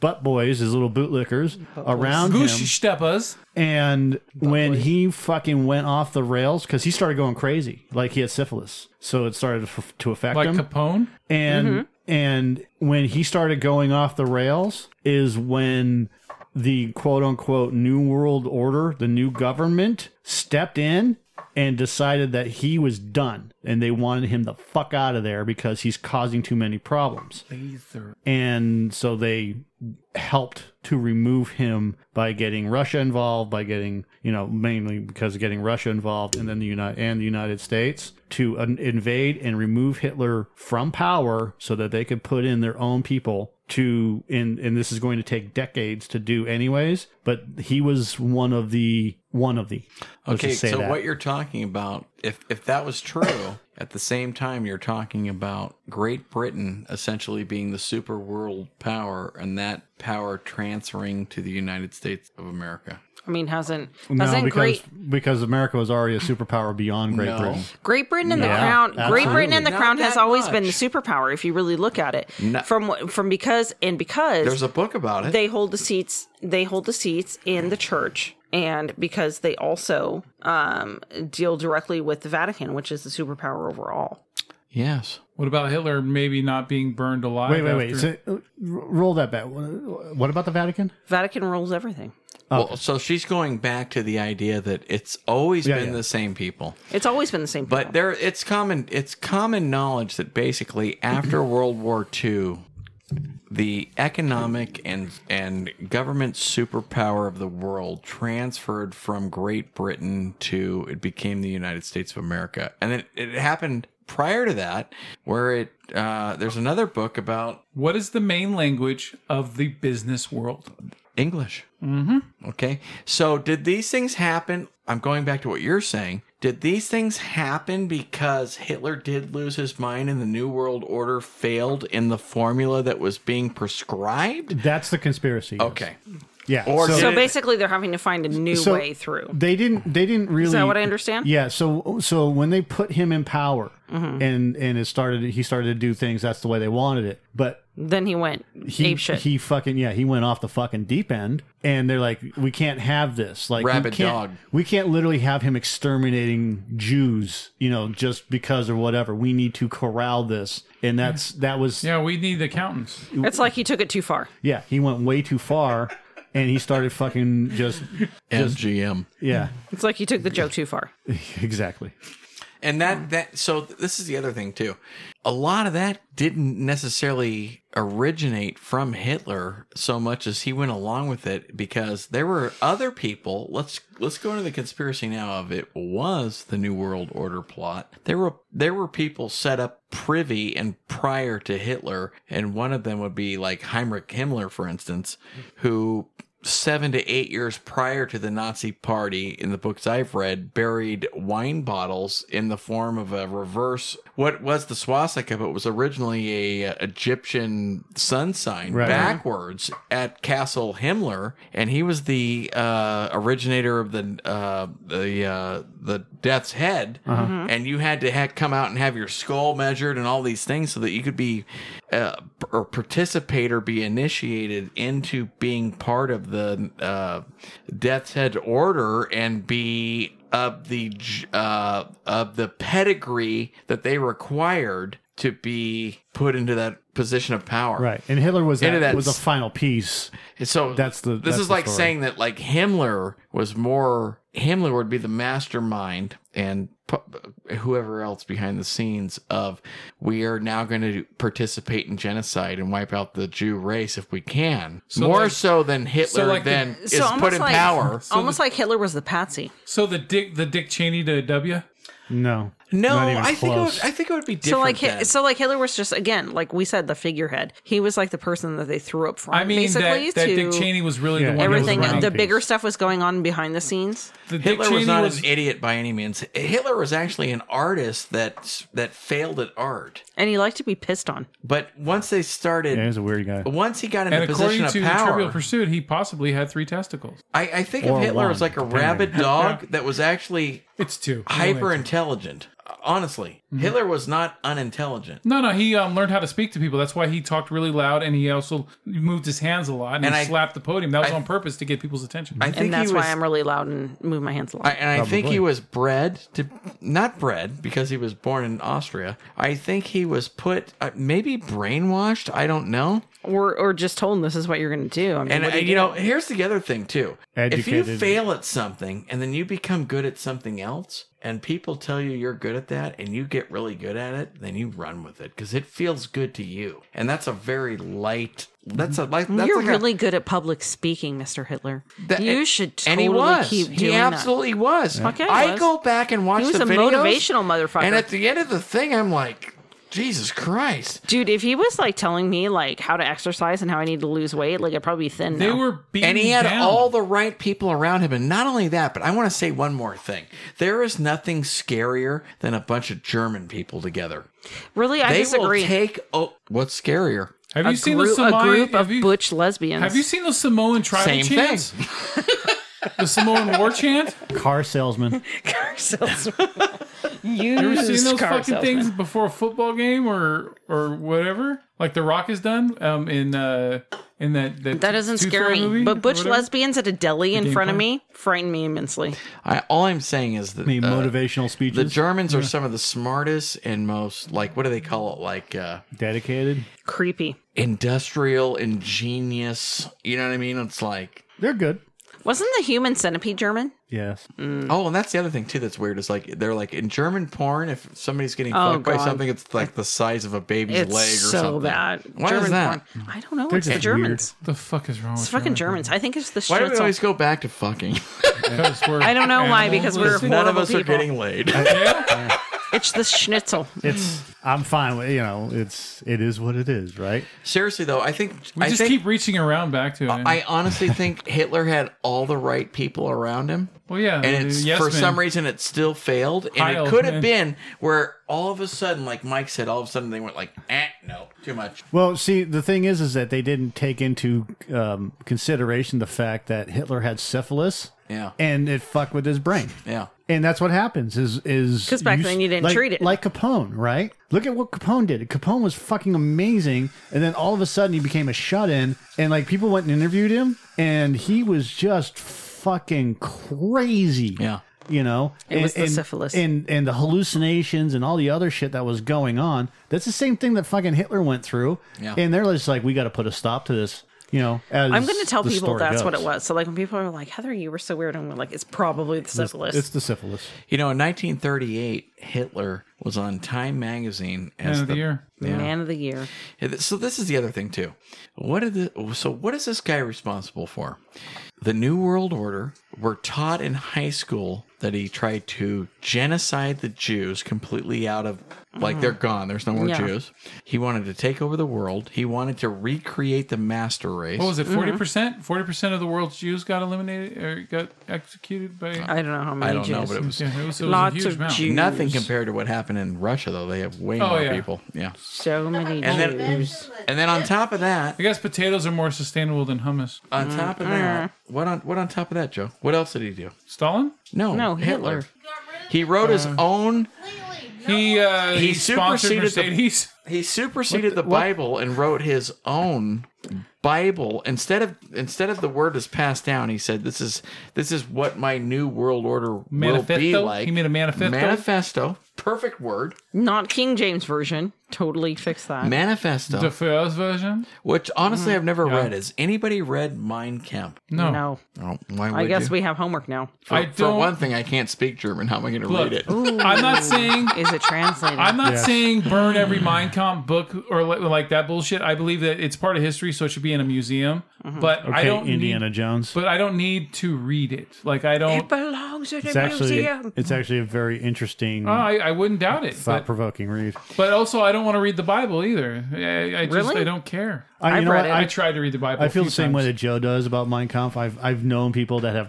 butt boys, his little bootlickers around Goosey him. Steppas. And when he fucking went off the rails, because he started going crazy, like he had syphilis, so it started f- to affect like him Capone. and and when he started going off the rails is when the quote unquote new world order the new government stepped in and decided that he was done and they wanted him the fuck out of there because he's causing too many problems. Laser. And so they helped to remove him by getting Russia involved, by getting, you know, mainly because of getting Russia involved and then the United and the United States to un- invade and remove Hitler from power so that they could put in their own people to and and this is going to take decades to do anyways, but he was one of the one of the let's Okay, just say so that. what you're talking about, if if that was true, at the same time you're talking about Great Britain essentially being the super world power and that power transferring to the United States of America. I mean, hasn't no, hasn't because Great because America was already a superpower beyond Great No. Britain. Great Britain and Yeah, the Crown. Great Britain absolutely. and the Not Crown has that always been the much. superpower if you really look at it. No. From what- from because and because There's a book about it. they hold the seats they hold the seats in the church and because they also um, deal directly with the Vatican, which is the superpower overall. yes. What about Hitler maybe not being burned alive? Wait, wait, wait. after- So, uh, r- roll that back. What what about the Vatican? Vatican rules everything. Well, so she's going back to the idea that it's always Yeah, been yeah. the same people. It's always been the same. But there, it's common it's common knowledge that basically after World War II, the economic and and government superpower of the world transferred from Great Britain to it became the United States of America, and then it, happened prior to that, where it uh, there's another book about What is the main language of the business world? English. Mm-hmm. Okay. So did these things happen? I'm going back to what you're saying. Did these things happen because Hitler did lose his mind and the New World Order failed in the formula that was being prescribed? That's the conspiracy. yes. Okay. Yeah. Or so did it- basically, they're having to find a new So- way through. they didn't they didn't really Is that what I understand? Mm-hmm. Yeah, so so when they put him in power and and it started he started to do things that's the way they wanted it. But Then he went he ape shit. he fucking yeah, he went off the fucking deep end and they're like we can't have this. Like Rabid we can't, dog. We can't literally have him exterminating Jews, you know, just because or whatever. We need to corral this. And that's that was Yeah, we need accountants. it's like he took it too far. yeah, he went way too far and he started fucking just MGM. yeah, It's like he took the joke too far. exactly. And that that so this is the other thing too. A lot of that didn't necessarily originate from Hitler so much as he went along with it because there were other people. Let's let's go into the conspiracy now of it was the New World Order plot. There were there were people set up privy and prior to Hitler, and one of them would be like Heinrich Himmler, for instance, who seven to eight years prior to the Nazi Party, in the books I've read, buried wine bottles in the form of a reverse. What was the swastika? But was originally a uh, Egyptian sun sign Right. backwards at Castle Himmler, and he was the uh, originator of the uh, the uh, the Death's Head, Uh-huh. and you had to ha- come out and have your skull measured and all these things so that you could be uh, p- or participate or be initiated into being part of the uh, Death's Head Order and be of the j- uh, of the pedigree that they required to be put into that position of power. Right, and Hitler was Into that, that was the s- final piece. So That's the- This that's is the like story. saying that like Himmler was more Himmler would be the mastermind and pu- whoever else behind the scenes of we are now going to participate in genocide and wipe out the Jew race if we can more like- so than Hitler like the- then So is put almost in like power. almost like Hitler was the patsy. So the Dick the Dick Cheney to W. No, No, not even I think it close. would, I think it would be different. So like then. Hi- so like Hitler was just again like we said the figurehead. He was like the person that they threw up front. I mean basically that, that to Dick Cheney was really Yeah, the one. everything. That was running The running. bigger piece. stuff was going on behind the scenes. the Dick Hitler Cheney was not was an idiot by any means. Hitler was actually an artist that that failed at art. and he liked to be pissed on. But once they started yeah, he was a weird guy. once he got in and a according position of to power, Trivial Pursuit, he possibly had three testicles. I, I think Or of Hitler one, as like a depending. <laughs> rabid dog that was actually It's two. hyper intelligent. Honestly, Mm-hmm. Hitler was not unintelligent. No, no, he um, learned how to speak to people. That's why he talked really loud, and he also moved his hands a lot, and, And he I- slapped the podium. That was I- on purpose to get people's attention. I think And that's he was, why I'm really loud and move my hands a lot. I, and I think Probably. he was bred to not bred because he was born in Austria. I think he was put uh, maybe brainwashed. I don't know. or or just told them this is what you're going to do. I mean, And, what do and, you you do? know, here's the other thing too. If you Educated. fail at something and then you become good at something else, and people tell you you're good at that, and you get really good at it, then you run with it because it feels good to you. And that's a very light. That's a like. That's you're like a- really good at public speaking, Mr. Hitler. that- you should totally and he was. keep doing he absolutely was. Fuck yeah, he I was. go back and watch that. He was the a videos, motivational motherfucker. and at the end of the thing, I'm like, Jesus Christ. Dude, if he was like telling me like how to exercise and how I need to lose weight, like I'd probably be thin. They now. were beaten and he had down. all the right people around him. And not only that, but I want to say one more thing. There is nothing scarier than a bunch of German people together. really, I they disagree. will take. Oh, what's scarier? Have a, you seen group, the a Somali, group of have, you, butch lesbians. have you seen the Samoan tribal Same chant? thing. The Samoan <laughs> war chant? Car salesman. car salesman? You ever seen Used those car fucking salesman. things before a football game or or whatever? Like The Rock has done um, in uh, in that that, That doesn't Tooth scare Fairy me. movie or But butch whatever? lesbians at a deli in game front of plan. me frighten me immensely. I, all I'm saying is that I mean, uh, motivational the speeches. Germans are some of the smartest and most like what do they call it? Like uh, dedicated. Creepy. industrial, ingenious. You know what I mean? It's like They're good. Wasn't the human centipede German? Yes. Oh, and that's the other thing too that's weird is like they're like in German porn, if somebody's getting Oh, fucked by God. something, it's like the size of a baby's It's leg or so something. bad. Why is that? porn. I don't know. They're it's the just weird. Germans. The fuck is wrong It's with fucking Germans? Germans. I think it's the Why do we Schnitzel. always go back to fucking? <laughs> Because we're I don't know why, because animals. we're- None of Horrible us are people. getting <laughs> laid. <laughs> It's the Schnitzel. It's. I'm fine with you know. It's. It is what it is, right? Seriously though, I think We I just think keep reaching around back to it. man. I honestly think Hitler had all the right people around him. well, yeah, and it's Uh, yes, for man. some reason it still failed, and Heil, it could man. have been where all of a sudden, like Mike said, all of a sudden they went like, "Eh, no, too much." Well, see, the thing is, is that they didn't take into um, consideration the fact that Hitler had syphilis. Yeah. And it fucked with his brain. Yeah, And that's what happens is is 'Cause back you then s- you didn't like- treat it. like Capone, right? Look at what Capone did. Capone was fucking amazing, and then all of a sudden he became a shut-in, and like people went and interviewed him, and he was just fucking crazy. Yeah. you know, It and, was the and- syphilis. and and the hallucinations and all the other shit that was going on. That's the same thing that fucking Hitler went through. Yeah. and they're just like, we got to put a stop to this. You know, as I'm going to tell the people story that's what goes. it was. So, like, when people are like, Heather, you were so weird, I'm like, it's probably the syphilis. It's the syphilis. you know, in 1938, Hitler was on Time magazine as Man of the year. Man of the year. Yeah, th- So this is the other thing too. What are the so what is this guy responsible for? The New World Order were taught in high school that he tried to genocide the Jews completely out of like they're gone. There's no more Mm. Yeah. Jews. He wanted to take over the world. He wanted to recreate the master race. What was it? Forty percent. Forty percent of the world's Jews got eliminated or got executed by. I don't know how many I don't Jews. know, but it was yeah, it was, it was Lots a huge of amount. Jews. nothing compared to what happened in Russia though. They have way Oh, more yeah. people. Yeah. so many And then- Jews. And then on top of that, I guess potatoes are more sustainable than hummus. on top of Mm. that, what on what on top of that, Joe? What else did he do? Stalin. No, No, Hitler. He wrote his own He uh, He he, sponsored superseded the- <laughs> Mercedes. He superseded the, Bible and wrote his own Bible instead of instead of the word is passed down. He said, "This is this is what my new world order will be Manifesto? like." He made a manifesto? Manifesto, perfect word. Not King James Version. Totally fix that. Manifesto, The first version? which honestly I've never read. Has anybody read Mein Kampf? No. No. Oh, why would I guess you? we have homework <laughs> now. For, I for don't- one thing, I can't speak German. How am I going to Look, read it? I'm not saying Is it translated? I'm not Yes. Mm. saying burn every Mein Kampf book or li- like that bullshit. I believe that it's part of history, so it should be in a museum. Mm-hmm. But I Okay, don't Indiana need, Jones. But I don't need to read it. Like I it don't. belongs in a It's actually museum. it's actually a very interesting I, I wouldn't doubt it. thought But, provoking read. but also, I don't want to read the Bible either. I, I just Really? I don't care. I, you I've know read what? it. I I, tried to read the Bible. I a feel few the same way times. that Joe does about Mein Kampf. I've I've known people that have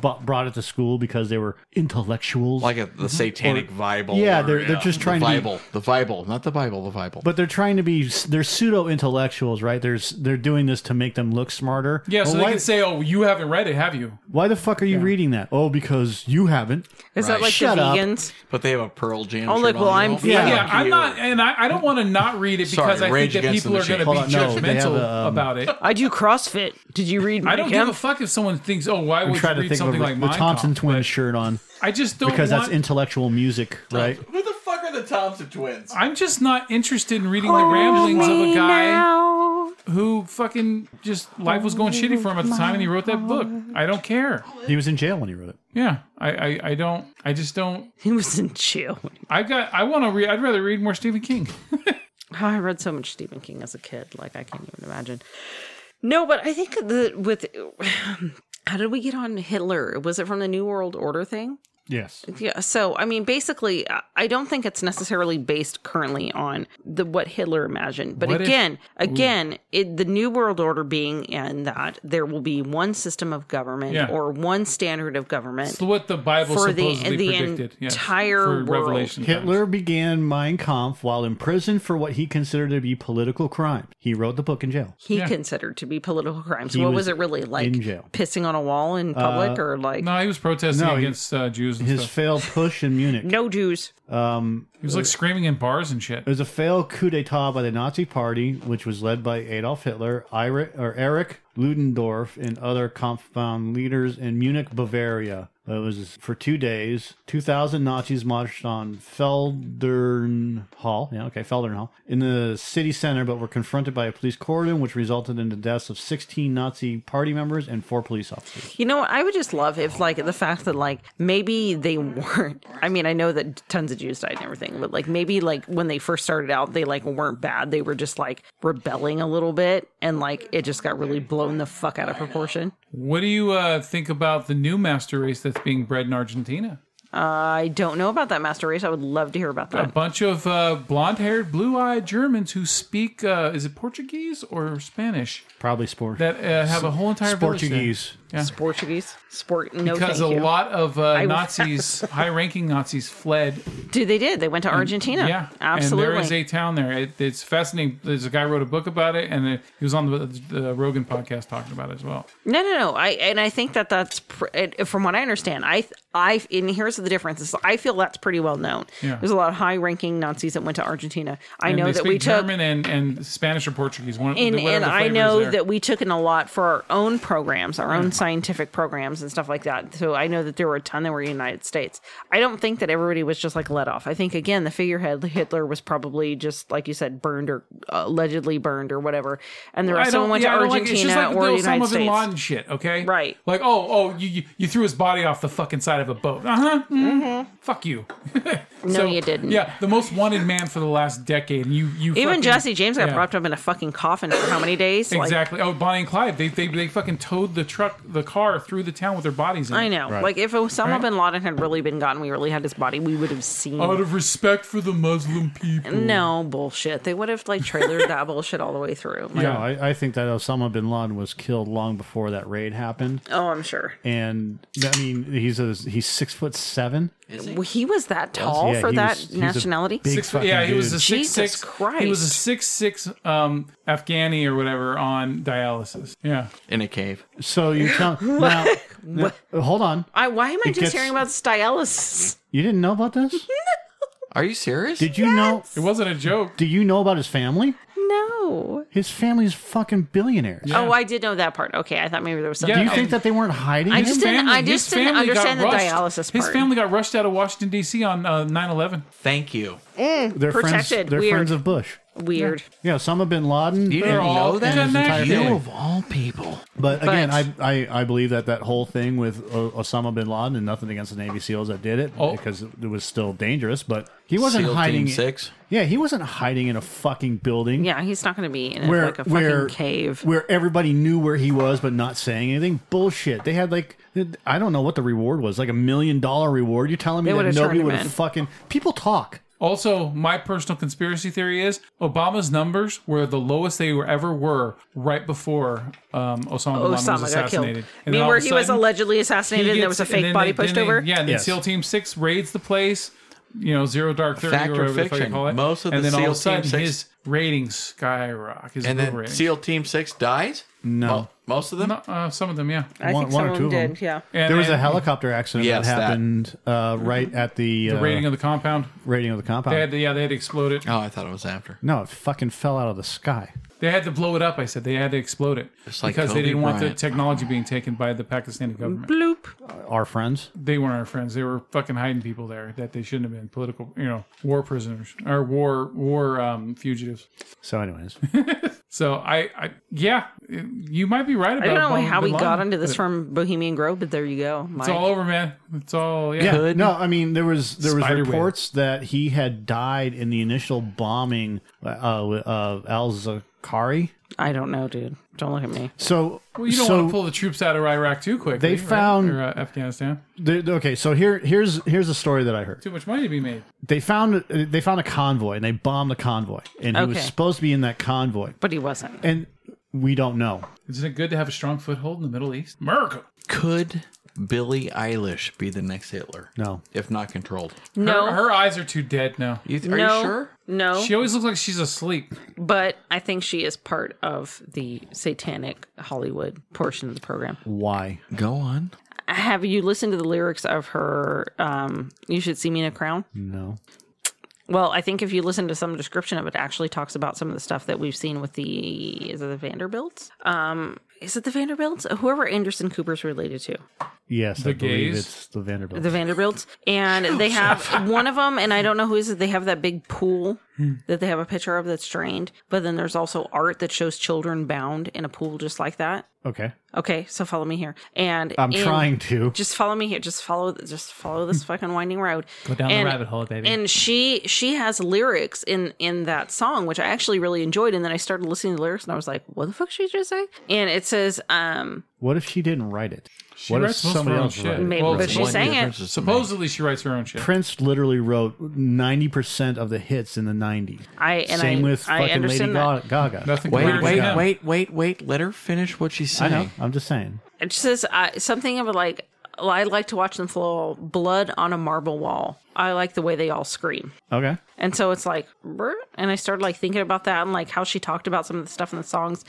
bu- brought it to school because they were intellectuals, like a, the Satanic Bible. Yeah, or, they're- they're just trying to the be- Bible, the Bible, not the Bible, the Bible. but they're trying to be they're pseudo intellectuals, right? There's they're doing this to make them look smarter. Yeah, so Well, they why, can say, "Oh, you haven't read it, have you?" why the fuck are you reading that? Oh, because you haven't. Is that Right. like Shut the up. vegans? But they have a Pearl Jam. Oh, look, shirt well, on, I'm you know? vegan. Yeah. Yeah, Fuck I'm you. not, and I, I don't want to not read it because Sorry, I Rage think that Against the people are going to be Machine. Hold on, no, they have judgmental a, um, about it. I do CrossFit. Did you read my I don't give a fuck if someone thinks, "Oh, why I'm would you trying to read think of something a, like the Mein Thompson Kampf?" Twin shirt on I just don't because that's want. intellectual music, right? Who the fuck are the Thompson twins? I'm just not interested in reading the ramblings of a guy Now. who fucking just life was going shitty for him at the time, and he wrote that book. I don't care. He was in jail when he wrote it. Yeah, I, I, I don't. I just don't. He was in jail. I got. I want to read. I'd rather read more Stephen King. Oh, I read so much Stephen King as a kid, like I can't even imagine. No, but I think the with <sighs> how did we get on Hitler? Was it from the New World Order thing? Yes. Yeah. So I mean, basically, I- I don't think it's necessarily based currently on the what Hitler imagined, but What if- again, again, it, the New World Order being in that there will be one system of government Yeah. or one standard of government. It's what the Bible For the- supposedly the predicted. yes, entire for world. Revelation times. Hitler began Mein Kampf while in prison for what he considered to be political crimes. He wrote the book in jail. he Yeah. considered to be political crimes. He what was was, it really like? in jail. Pissing on a wall in public, or like Uh, No, he was protesting No, he- against uh, Jews and <laughs> His stuff. failed push in Munich. no Jews? He was like screaming in bars and shit. It was a failed coup d'etat by the Nazi Party, which was led by Adolf Hitler, Ira- or Erich Ludendorff, and other Kampfverein leaders in Munich, Bavaria. It was for two days. 2,000 Nazis marched on Feldernhall, yeah, okay, Feldernhall, in the city center, but were confronted by a police cordon, which resulted in the deaths of 16 Nazi party members and four police officers. You know, what? I would just love if, like, the fact that, like, maybe they weren't. I mean, I know that tons of Jews died and everything, but, like, maybe, like, when they first started out, they, like, weren't bad. They were just, like, rebelling a little bit, and, like, it just got really blown the fuck out of proportion. What do you uh, think about the new master race that's being bred in Argentina? I don't know about that master race. I would love to hear about A that. bunch of uh, blonde-haired, blue-eyed Germans who speak uh, is it Portuguese or Spanish Probably sport. that uh, have a whole entire village there. Portuguese. It's Portuguese. Sport, no Because thank a you. lot of uh, was- <laughs> Nazis, high-ranking Nazis, fled Dude, they did. They went to Argentina. Mm, Yeah, absolutely. And there is a town there. It, it's fascinating. There's a guy wrote a book about it, and it- he was on the, the Rogan podcast talking about it as well. No, no, no. I and I think that that's pr- it- from what I understand. I I and here's the difference. Is I feel that's pretty well known. Yeah. There's a lot of high-ranking Nazis that went to Argentina. I And know they that speak we took German and, and Spanish or Portuguese. One, and, whatever and the I flavor know is there. that we took in a lot for our own programs, our own scientific programs and stuff like that. So I know that there were a ton that were in the United States. I don't think that everybody was just like let off. I think again the figurehead Hitler was probably just like you said burned or uh, allegedly burned or whatever, and the I rest of don't- them went yeah, I to don't like it. It's Argentina just like or the the Osama United bin States. Laden shit, okay? Right. Like, oh, oh, you, you, you threw his body off the fucking side of a boat. Uh huh. Fuck you. Mm-hmm. No, you didn't. Yeah, the most wanted man for the last decade, and you, you Even fucking- Jesse James got yeah. propped up in a fucking coffin for how many days? Like, Exactly. oh, Bonnie and Clyde. They, they they fucking towed the truck, the car through the town with their bodies in. I it. know. Like if Osama Right. Oh, bin Laden had really been gotten, we really had his body, we would have seen. Out of respect for the Muslim people. no bullshit. They would have like trailered that bullshit all the way through. Like, No, I, I think that Osama bin Laden was killed long before that raid happened. Oh, I'm sure. and I mean he's a, he's six foot seven. Well, he was that tall Yeah, for he that was- he's a nationality. big Six, fucking yeah, he was dude. a six Jesus six. He was a Christ. six six um, Afghani or whatever on dialysis. Yeah, in a cave. So you <laughs> tell now, now, Hold on, I, why am I It just gets- hearing about stylists? you didn't know about <laughs> this? Are you serious? Did you know? it wasn't a joke. Do you know about his family? No. His family's fucking billionaires. Oh, I did know that part. Okay, I thought maybe there was something. Do you Yeah, think and- that they weren't hiding? I him? just didn't. I his just didn't family got understand the rushed- dialysis His part. family got rushed out of Washington D.C. on uh, 9/11. Thank you. they're friends. protected, They're weird. friends of Bush. Weird. Yeah, Osama bin Laden. You and- didn't all know that? connected. You of all people. But again, But- I, I I believe that that whole thing with O- Osama bin Laden and nothing against the Navy SEALs that did it Oh. because it was still dangerous. But he wasn't SEAL hiding. Team Six. Yeah, he wasn't hiding in a fucking building. Yeah, he's not going to be in where like a fucking where cave. where everybody knew where he was but not saying anything bullshit they had like i don't know what the reward was like a million dollar reward you're telling me They that would've nobody turned him would have in. fucking people talk Also, my personal conspiracy theory is Obama's numbers were the lowest they were ever were right before um, Osama bin Laden was Osama got killed. assassinated. I then mean, all where of a he was sudden, allegedly he assassinated, and there gets- was and a fake then body they- pushed then they- over. yeah, and then Yes. SEAL Team Six raids the place. You know, zero dark thirty Fact or or whatever the fuck you fiction, call it. most of and the then all of a SEAL Team sudden, Six- his ratings skyrocket. His And approval then ratings. SEAL Team Six dies? No. most of them? No, uh, some of them, yeah. I One- think one some or of two them of them. did. Yeah. And, there was a and helicopter accident Yes, that that. happened Uh, right at the, uh, rating of the compound. rating of the compound They had to, yeah, they had to explode it. Oh, I thought it was after. no it fucking fell out of the sky They had to blow it up. I said they had to explode it Just like because they Kobe didn't want the Bryant. technology being taken by the Pakistani government. Bloop. our friends They weren't our friends. They were fucking hiding people there that they shouldn't have been. Political, you know, war prisoners or war war um, fugitives. so anyways So I, I yeah, you might be right about. I don't know Osama how we bin got Laden, onto this but from Bohemian Grove, but there you go. It's Mike. all over, man. It's all yeah. Yeah, no, I mean there was there was Spiderweb. reports that he had died in the initial bombing uh, of Al Zakari. I don't know, dude. Don't look at me. So Well, you don't so want to pull the troops out of Iraq too quick. They found- or, uh, Afghanistan. the- okay, so here here's here's a story that I heard. Too much money to be made. They found they found a convoy and they bombed the convoy, and he was Okay. supposed to be in that convoy, But he wasn't. and we don't know. Isn't it good to have a strong foothold in the Middle East? America. Could Billie Eilish be the next Hitler? No, If not controlled. No. Her, her eyes are too dead now. You, are no, you sure? No, She always looks like she's asleep. but I think she is part of the satanic Hollywood portion of the program. why? Go on. Have you listened to the lyrics of her um, You Should See Me in a Crown? No. Well, I think if you listen to some description of it, it actually talks about some of the stuff that we've seen with the is it the Vanderbilts? Um, is it the Vanderbilts? Whoever Anderson Cooper's related to, Yes, I believe gays? it's the Vanderbilt. the Vanderbilts, <laughs> Oh, and they have one of them, and I don't know who is it. They have that big pool Hmm. that they have a picture of that's drained, but then there's also art that shows children bound in a pool just like that. okay, Okay, so follow me here, and I'm in- trying to. Hmm. Just follow me here. Just follow. Just follow this fucking winding road. Go down And- the rabbit hole, baby. and she she has lyrics in in that song which i actually really enjoyed and then i started listening to the lyrics and i was like what the fuck should she just say and it says um What if she didn't write it? she what if writes most of somebody her own else wrote shit. it? Maybe, but it's she one- sang it. Supposedly, she writes her own shit. Prince literally wrote 90% of the hits in the 90s. i and Same i with i fucking Lady understand that Ga- Gaga. Nothing. Wait, compares to wait, that. wait, wait, wait. Let her finish what she's I saying. know. I'm just saying. it says uh, something about like "Well, i like to watch them flow blood on a marble wall i like the way they all scream Okay. and so it's like brr. and i started like thinking about that and like how she talked about some of the stuff in the songs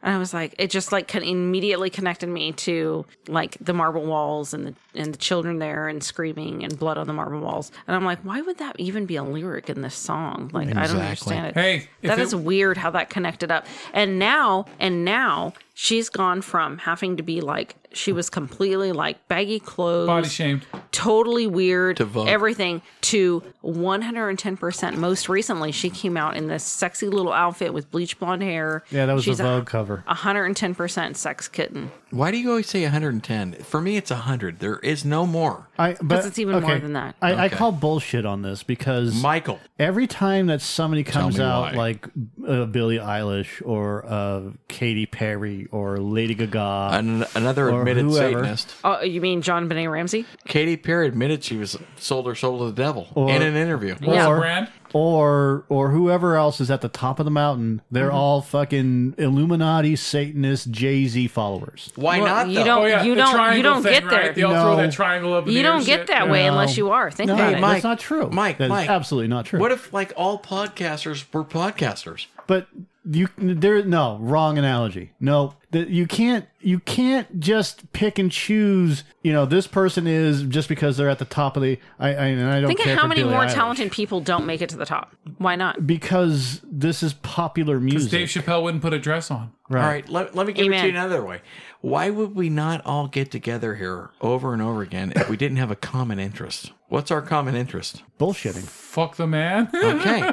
and i was like it just like con- immediately connected me to like the marble walls and the and the children there and screaming and blood on the marble walls and i'm like why would that even be a lyric in this song like i don't Exactly. understand it Hey, if that it- is weird how that connected up and now and now she's gone from having to be like she was completely like baggy clothes Body shamed. totally weird Vogue. everything to 110% most recently she came out in this sexy little outfit with bleach blonde hair Yeah, that was She's the a Vogue cover. 110% sex kitten Why do you always say 110? For me, it's 100. There is no more. I, but it's even more okay, than that. I, I Okay. call bullshit on this because Michael. every time that somebody comes me out why. like uh, Billie Eilish or uh, Katy Perry or Lady Gaga, An- another Or admitted whoever. Satanist. oh you mean john benet ramsey Katy Perry admitted she was sold her soul to the devil in an interview. Yeah. or, Brand. or or whoever else is at the top of the mountain, they're Mm-hmm. all fucking Illuminati, Satanist, Jay Z followers. Why Well, not? you though? don't- Oh yeah, You the triangle don't thing, get right? there. They all throw No. that triangle up. in you the air don't and get shit. that way unless you are think No, about that's it Mike, not true. Mike, That is Mike. absolutely not true. What if like all podcasters were podcasters? But you there no wrong analogy. No, that you can't you can't just pick and choose. You know, this person is just because they're at the top of the. I I, and I don't think care of how for many Billie more Eilish. talented people don't make it to the top why not because this is popular music. Dave Chappelle wouldn't put a dress on. right. All right, let, let me give it Amen. to you another way. Why would we not all get together here over and over again if we didn't have a common interest? What's our common interest? Bullshitting. Fuck the man. Okay.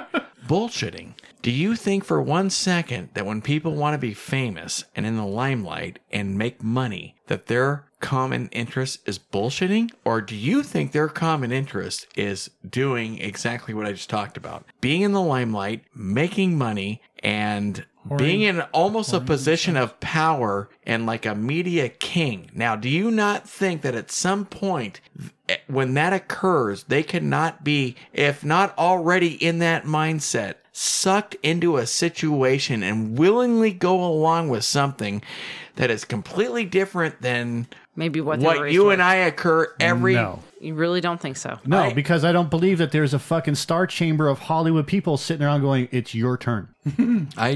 Bullshitting. Do you think for one second that when people want to be famous and in the limelight and make money, that their common interest is bullshitting? Or do you think their common interest is doing exactly what I just talked about? Being in the limelight, making money, and being in almost a position of power and like a media king. Now, do you not think that at some point, th- when that occurs, they cannot be, if not already in that mindset, sucked into a situation and willingly go along with something that is completely different than maybe what, they were what you and raised with. I occur every No. you really don't think so No, because I don't believe that there's a fucking star chamber of Hollywood people sitting around going, "It's your turn." I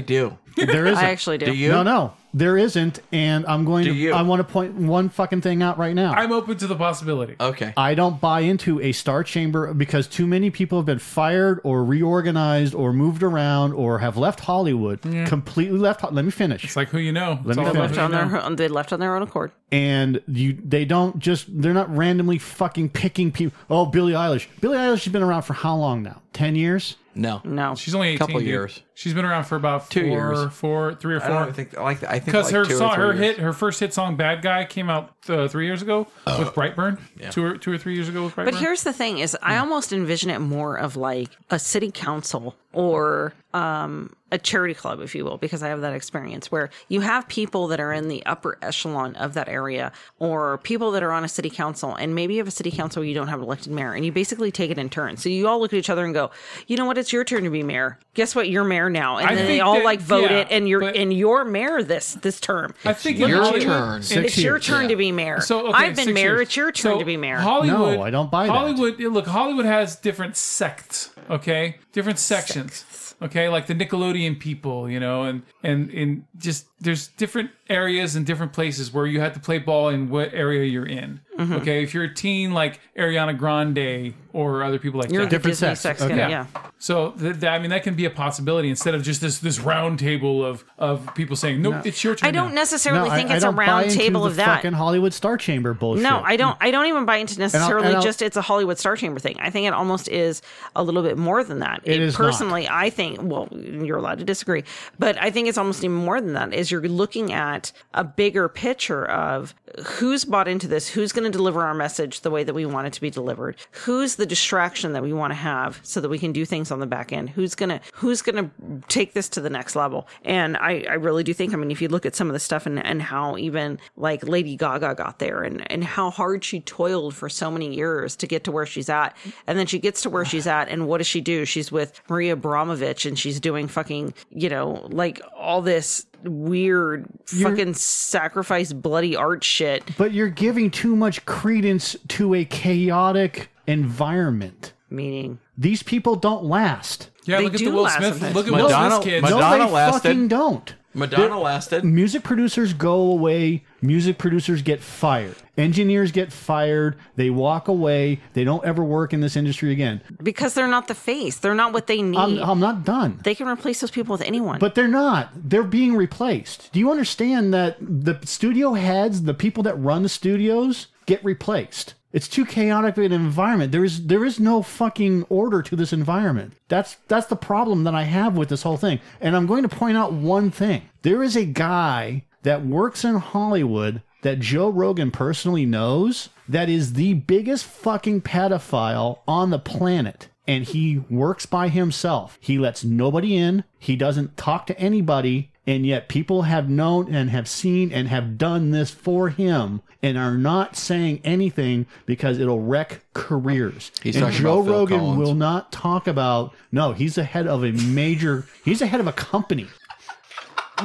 <laughs> do. There isn't. <laughs> i actually do, Do you? No, no, there isn't. And I'm going to. you? I want to point one fucking thing out right now. <laughs> I'm open to the possibility. Okay. I don't buy into a star chamber because too many people have been fired or reorganized or moved around or have left Hollywood, completely left. Ho- Let me finish. It's like who you know. It's me all about finish. Left who you on know. their, they left on their own accord and you, they don't just, they're not randomly fucking picking people. Oh, Billie Eilish. Billie Eilish has been around for how long now? 10 years? No. No. She's only 18. Couple dude. years. She's been around for about Two four, years. four, three or I don't four. think like I think Because like her two or song, three her years. hit, her first hit song, "Bad Guy," came out uh, three years ago Oh, with Brightburn. Two or two or three years ago with Brightburn. But here's the thing: is I almost envision it more of like a city council or um, a charity club, if you will, because I have that experience where you have people that are in the upper echelon of that area, or people that are on a city council, and maybe you have a city council where you don't have an elected mayor, and you basically take it in turns. So you all look at each other and go, "You know what? It's your turn to be mayor. Guess what? You're mayor now." And I then they think all that- like vote yeah, it, and you're but- and you're mayor this this term. I think Your in Hollywood- turn. in- Six It's your years, turn to be mayor. So okay, I've been six mayor. years. It's your turn So, to be mayor. Hollywood, No, I don't buy that. Hollywood, yeah, look, Hollywood has different sects, okay, different sections, okay, like the Nickelodeon people, you know, and and and just there's different areas and different places where you have to play ball in what area you're in, Mm-hmm. okay. If you're a teen like Ariana Grande or other people like You're that, the Different Disney sex. sex. Okay. guy, yeah. yeah. So th- th- I mean that can be a possibility instead of just this this round table of of people saying nope, it's your turn. I don't now. necessarily No, I- think I it's a don't buy round into table the of that. fucking Hollywood Star Chamber bullshit. No, I don't. I don't even buy into necessarily and I'll- just it's a Hollywood Star Chamber thing. I think it almost is a little bit more than that. It is not. personally, I think. Well, you're allowed to disagree, but I think it's almost even more than that. Is you're looking at a bigger picture of who's bought into this, who's going to deliver our message the way that we want it to be delivered, who's the distraction that we want to have so that we can do things on the back end, who's gonna who's gonna take this to the next level. And I, I really do think. I mean, if you look at some of the stuff and and how even like Lady Gaga got there and and how hard she toiled for so many years to get to where she's at. And then she gets to where she's at and what does she do? She's with Maria Abramovich and she's doing fucking, you know, like all this weird fucking sacrifice bloody art shit. But you're giving too much credence to a chaotic environment. Meaning These people don't last. Yeah, They look at do the Will last Smith. sometimes. Look at Madonna- Will Smith kids. Madonna- no, they lasted. fucking don't. Madonna lasted. Music producers go away. Music producers get fired. Engineers get fired. They walk away. They don't ever work in this industry again. because they're not the face. They're not what they need. I'm, I'm not done. they can replace those people with anyone. But they're not. They're being replaced. Do you understand that the studio heads, the people that run the studios, get replaced? It's too chaotic of an environment. There is there is no fucking order to this environment. That's that's the problem that I have with this whole thing. And I'm going to point out one thing. There is a guy that works in Hollywood that Joe Rogan personally knows that is the biggest fucking pedophile on the planet and he works by himself. He lets nobody in. He doesn't talk to anybody. And yet people have known and have seen and have done this for him and are not saying anything because it'll wreck careers. He's and talking Joe about Phil Rogan Collins. will not talk about no, he's the head of a major he's the head of a company.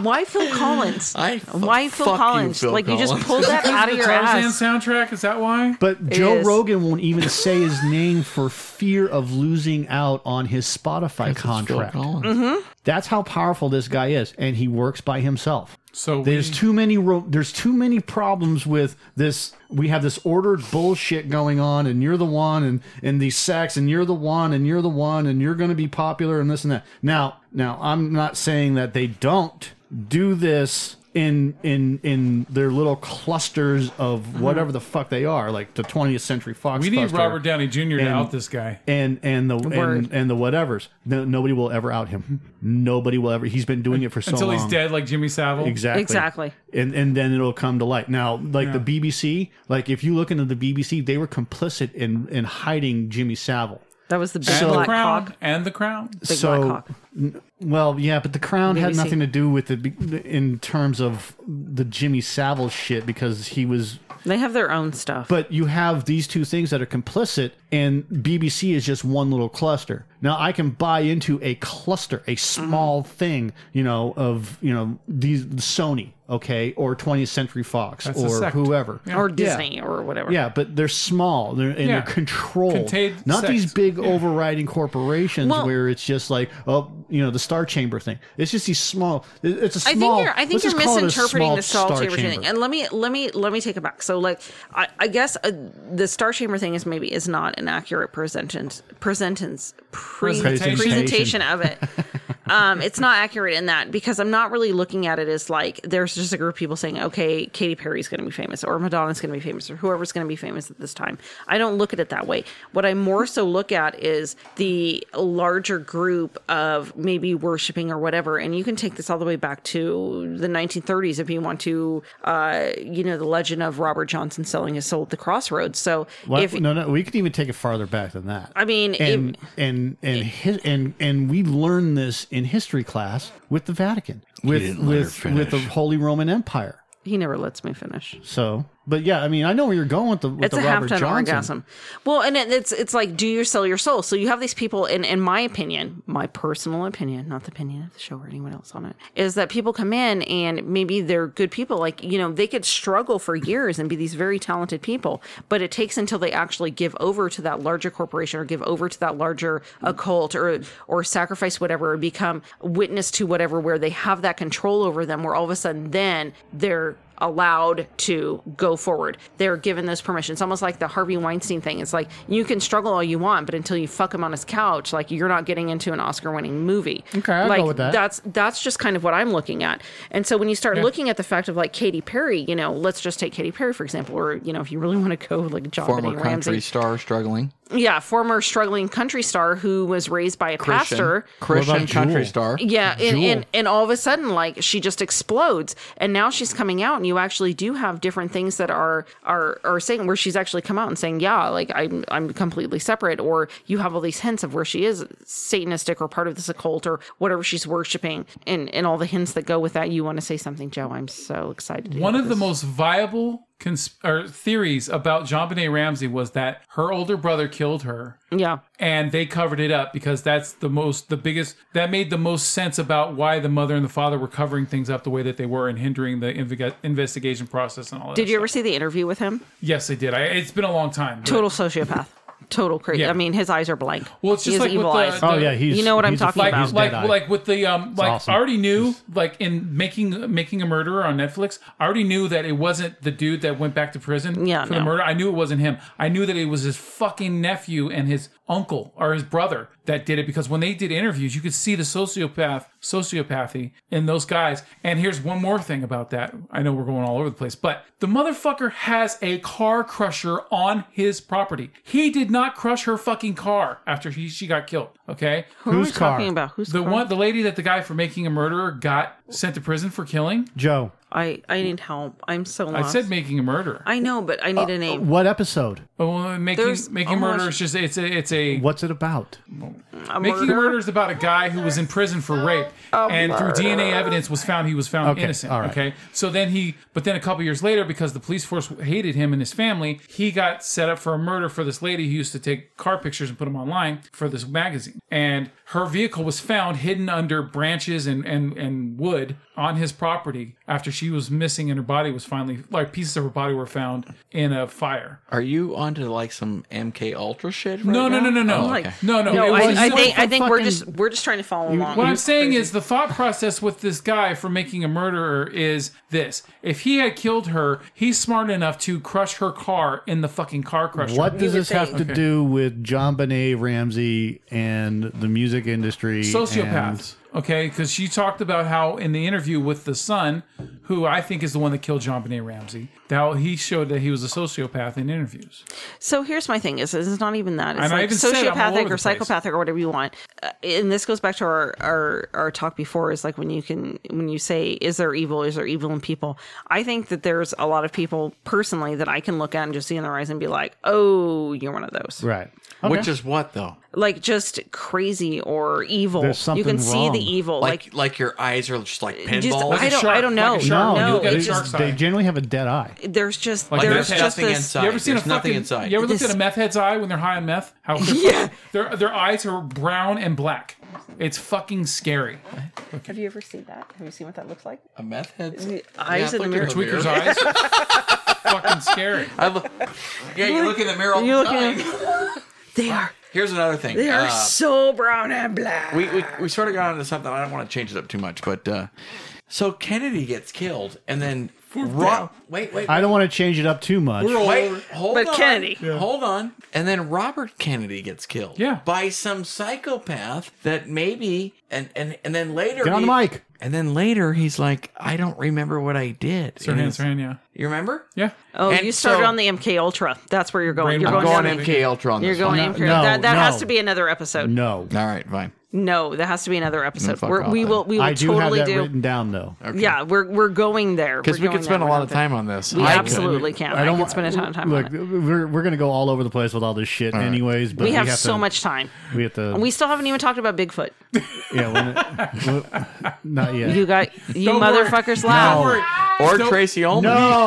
Why Phil <sighs> Collins? I f- Why Phil fuck you, Collins? Phil like you just Collins. pulled <laughs> that out of your Tarzan ass. soundtrack. Is that why? But Joe is. Rogan won't even say his name for fear of losing out on his Spotify contract. That's how powerful this guy is, and he works by himself. So we, There's too many ro- there's too many problems with this. We have this ordered bullshit going on, and you're the one, and and these sex, and you're the one, and you're the one, and you're going to be popular, and this and that. Now, now, I'm not saying that they don't do this in in in their little clusters of whatever the fuck they are, like the 20th Century Fox. Mm-hmm. we need cluster Robert Downey Jr. to And- out this guy. and and the Word. and, and the whatevers. No, nobody will ever out him. Nobody will ever. He's been doing it for so Until long. he's dead, like Jimmy Savile. Exactly. Exactly. And and then it'll come to light. Now, like the BBC, like if you look into the BBC, they were complicit in in hiding Jimmy Savile. That was the big And the black crown. cock. And the crown. Big so, black cock. Well, yeah, but the crown had BBC. nothing to do with it in terms of the Jimmy Savile shit because he was They have their own stuff. but you have these two things that are complicit and bbc is just one little cluster now i can buy into a cluster a small Mm-hmm. thing you know of you know these sony okay or 20th century fox a or sect. whoever or Disney or whatever. yeah, but they're small they're, and Yeah. they're controlled. Contained Not these sects. big overriding corporations Well- where it's just like, oh, you know, the Star Chamber thing. It's just these small. it- It's a I small. think you're I let's think you're just call it a misinterpreting small the Star, Chamber, chamber. thing. And let me let me let me take it back. So like I, I guess uh, the Star Chamber thing is maybe is not an accurate presentance presentance pre- Presentation. presentation of it. um, it's not accurate in that because I'm not really looking at it as like there's just a group of people saying, okay, Katy Perry's going to be famous or Madonna's going to be famous or whoever's going to be famous at this time. I don't look at it that way. What I more so look at is the larger group of maybe worshiping or whatever. And you can take this all the way back to the 1930s if you want to, uh, you know, the legend of Robert Johnson selling his soul at the crossroads. So Well, if no, no, we could even take it farther back than that. I mean, it- and and and his, and and we learned this in history class with the Vatican, with didn't let her with with the finish. Holy Roman Empire. he never lets me finish. So, but yeah, I mean, I know where you're going with the with it's the a Robert half-ton Johnson. orgasm. Well, and it, it's it's like, do you sell your soul? So you have these people, and in my opinion, my personal opinion, not the opinion of the show or anyone else on it, is that people come in and maybe they're good people. Like you know, they could struggle for years and be these very talented people, but it takes until they actually give over to that larger corporation or give over to that larger occult or or sacrifice whatever or become witness to whatever, where they have that control over them, where all of a sudden then they're allowed to go forward. They're given those permissions. It's almost like the Harvey Weinstein thing. It's like you can struggle all you want, but until you fuck him on his couch, like you're not getting into an Oscar-winning movie. Okay, I'll go like, with that. That's that's just kind of what I'm looking at. And so when you start looking at the fact of like Katy Perry, you know, let's just take Katy Perry for example, or you know, if you really want to go like John Former Benet country Ramsey, star struggling. yeah, former struggling country star who was raised by a Christian. pastor. Christian about country Jewel? star. Yeah, and, Jewel. and and all of a sudden, like she just explodes, and now she's coming out, and you actually do have different things that are are are saying where she's actually come out and saying, yeah, like I'm I'm completely separate, or you have all these hints of where she is Satanistic or part of this occult or whatever she's worshiping, and and all the hints that go with that. You want to say something, Joe? I'm so excited. to One hear of the this. most viable consp- or theories about John Benet Ramsey was that her older brother killed her. yeah. and they covered it up because that's the most the biggest that made the most sense about why the mother and the father were covering things up the way that they were and hindering the inve- investigation process and all that Did you stuff. ever see the interview with him? yes they did I, it's been a long time but- Total sociopath. Total crazy. Yeah. I mean, his eyes are blank. Well, it's He just has like with evil the- eyes. the- Oh yeah, he's You know what I'm he's a talking freak. like about. He's like dead-eyed. like with the um like awesome. I already knew like in making making a murderer on Netflix I already knew that it wasn't the dude that went back to prison Yeah, for no. the murder I knew it wasn't him I knew that it was his fucking nephew and his uncle or his brother that did it because when they did interviews you could see the sociopath sociopathy in those guys and here's one more thing about that I know we're going all over the place but the motherfucker has a car crusher on his property he did not crush her fucking car after he, she got killed okay Who are we Whose car? talking about? Who's the one, the lady that the guy for making a murderer got sent to prison for killing. Joe. I I need help. I'm so I lost. I, said making a murderer. Oh, know, but I need a name. What episode? Well, making There's making a almost- murderer is just it's a it's a What's it about? A making a murder? murder is about a guy who was in prison for rape and through DNA evidence was found he was found Okay, innocent. all right. Okay, so then he but then a couple years later because the police force hated him and his family, he got set up for a murder for this lady who used to take car pictures and put them online for this magazine. And her vehicle was found hidden under branches and and and wood on his property after she was missing and her body was finally like pieces of her body were found in a fire. Are you onto like some MK Ultra shit? Right No, no, now? no, no, no. Oh, Like, okay. No, no. No, it I, was I just- think I for think we're fucking- just we're just trying to follow along. What I'm saying is the thought process with this guy for making a murderer is this. If he had killed her, he's smart enough to crush her car in the fucking car crusher. What does this have to Okay. do with John Benet Ramsey and the music industry? Sociopaths. Okay, because she talked about how in the interview with the son, who I think is the one that killed John Benet Ramsey, how he showed that he was a sociopath in interviews. so here's my thing: is it's not even that. It's And I like even said I'm all sociopathic over or the place. psychopathic or whatever you want. Uh, and this goes back to our, our our talk before is like when you can when you say is there evil? Is there evil in people? I think that there's a lot of people personally that I can look at and just see in their eyes and be like, oh, you're one of those. And, right. Which is what though? Like just crazy or evil. There's something you can see wrong. the evil. Like, like your eyes are just like pinballs. just, I a don't shark, I don't like know. a shark. No, You look at it a just- shark's they eye. generally have a dead eye. there's just Like, there's there's just nothing this inside. You ever seen There's a nothing fucking, inside. You ever looked This- at a meth head's eye when they're high on meth? <laughs> How Yeah. their their eyes are brown and black. It's fucking scary. Have you ever seen that? Have you seen what that looks like? a meth head. The eyes in the mirror. Tweaker's eyes. fucking scary. I <laughs> look, yeah, you look in the mirror. All You the look time. at They are <laughs> Here's another thing. they are Uh, so brown and black. we, we we sort of got onto something. I don't want to change it up too much, but uh, so Kennedy gets killed, and then Ro- wait, wait, I don't want to change it up too much. We're all wait, over- hold But on. Kennedy. Hold on. And then Robert Kennedy gets killed. Yeah. By some psychopath that maybe and and, and then later Get on the he- mic. And then later he's like, I don't remember what I did. Sirhan, And- Sirhan, yeah. You remember? Yeah. Oh, And you started so- on the MK Ultra. That's where you're going. Brain- You're I'm going, going down in- the- MK Ultra on You're this going No, MK. no, that that no. has to be another episode. No, No. one. All right, fine. that has to be another episode. fuck We're, off we then. will. We will I do totally have that do. written down though. Yeah, we're we're going there Because we We're going could spend there. a We're lot not of there. time on this. We I could. absolutely can. I, don't could want- spend a ton of time Look, on it. we're we're gonna go all over the place with all this shit, anyways. But We have have so to- much time. We have to. We still haven't even talked about Bigfoot. yeah, we're <laughs> not- we're- not yet. You got you Don't worry. motherfuckers Don't laugh. worry. Or Tracy Ullman. no.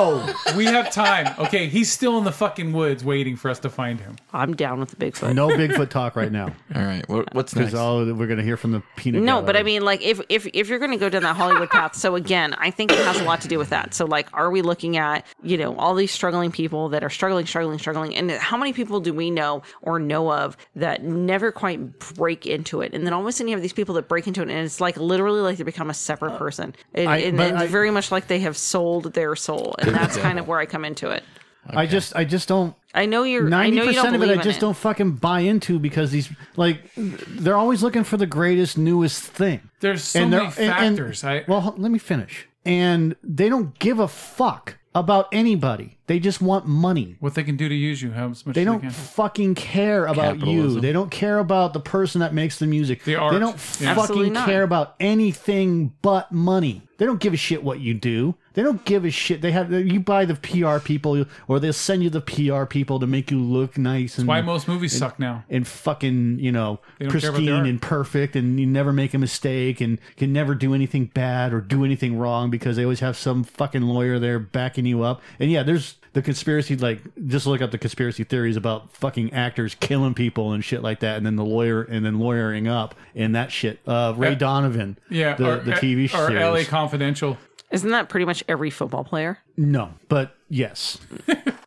We have time. Okay, he's still in the fucking woods waiting for us to find him. I'm down with the Bigfoot. No Bigfoot talk right now. All right. What, what's Because next? all that we're gonna hear from the peanut. No, gallery. but I mean, like, if if if you're going to go down that Hollywood path, so again, I think it has a lot to do with that. So, like, are we looking at you know all these struggling people that are struggling, struggling, struggling, and how many people do we know or know of that never quite break into it, and then all of a sudden you have these people that break into it, and it's like literally like they become a separate person, and, Uh, I- and, but and I- very much like they have sold their soul, and that's kind of where I come into it. I just I just don't. I know you're. I Ninety know you don't percent of believe it, I in just it. don't fucking buy into because these like they're always looking for the greatest, newest thing. There's so they're- many factors. I- well, hold- let me finish. And they don't give a fuck about anybody. They just want money. What they can do to use you, how much They they don't can. fucking care about you. Capitalism. They don't care about the person that makes the music. The art. They don't Yeah. Absolutely fucking not. care about anything but money. They don't give a shit what you do. They don't give a shit. They have you buy the PR people, or they'll send you the PR people to make you look nice and Why most movies suck now. and fucking you know don't care about the pristine art. and perfect and you never make a mistake and can never do anything bad or do anything wrong because they always have some fucking lawyer there backing you up and yeah there's the conspiracy like just look up the conspiracy theories about fucking actors killing people and shit like that and then the lawyer and then lawyering up and that shit uh ray Uh, donovan Yeah, the, or, the tv or series LA Confidential. Isn't that pretty much every football player? no, but <laughs> yes.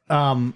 um,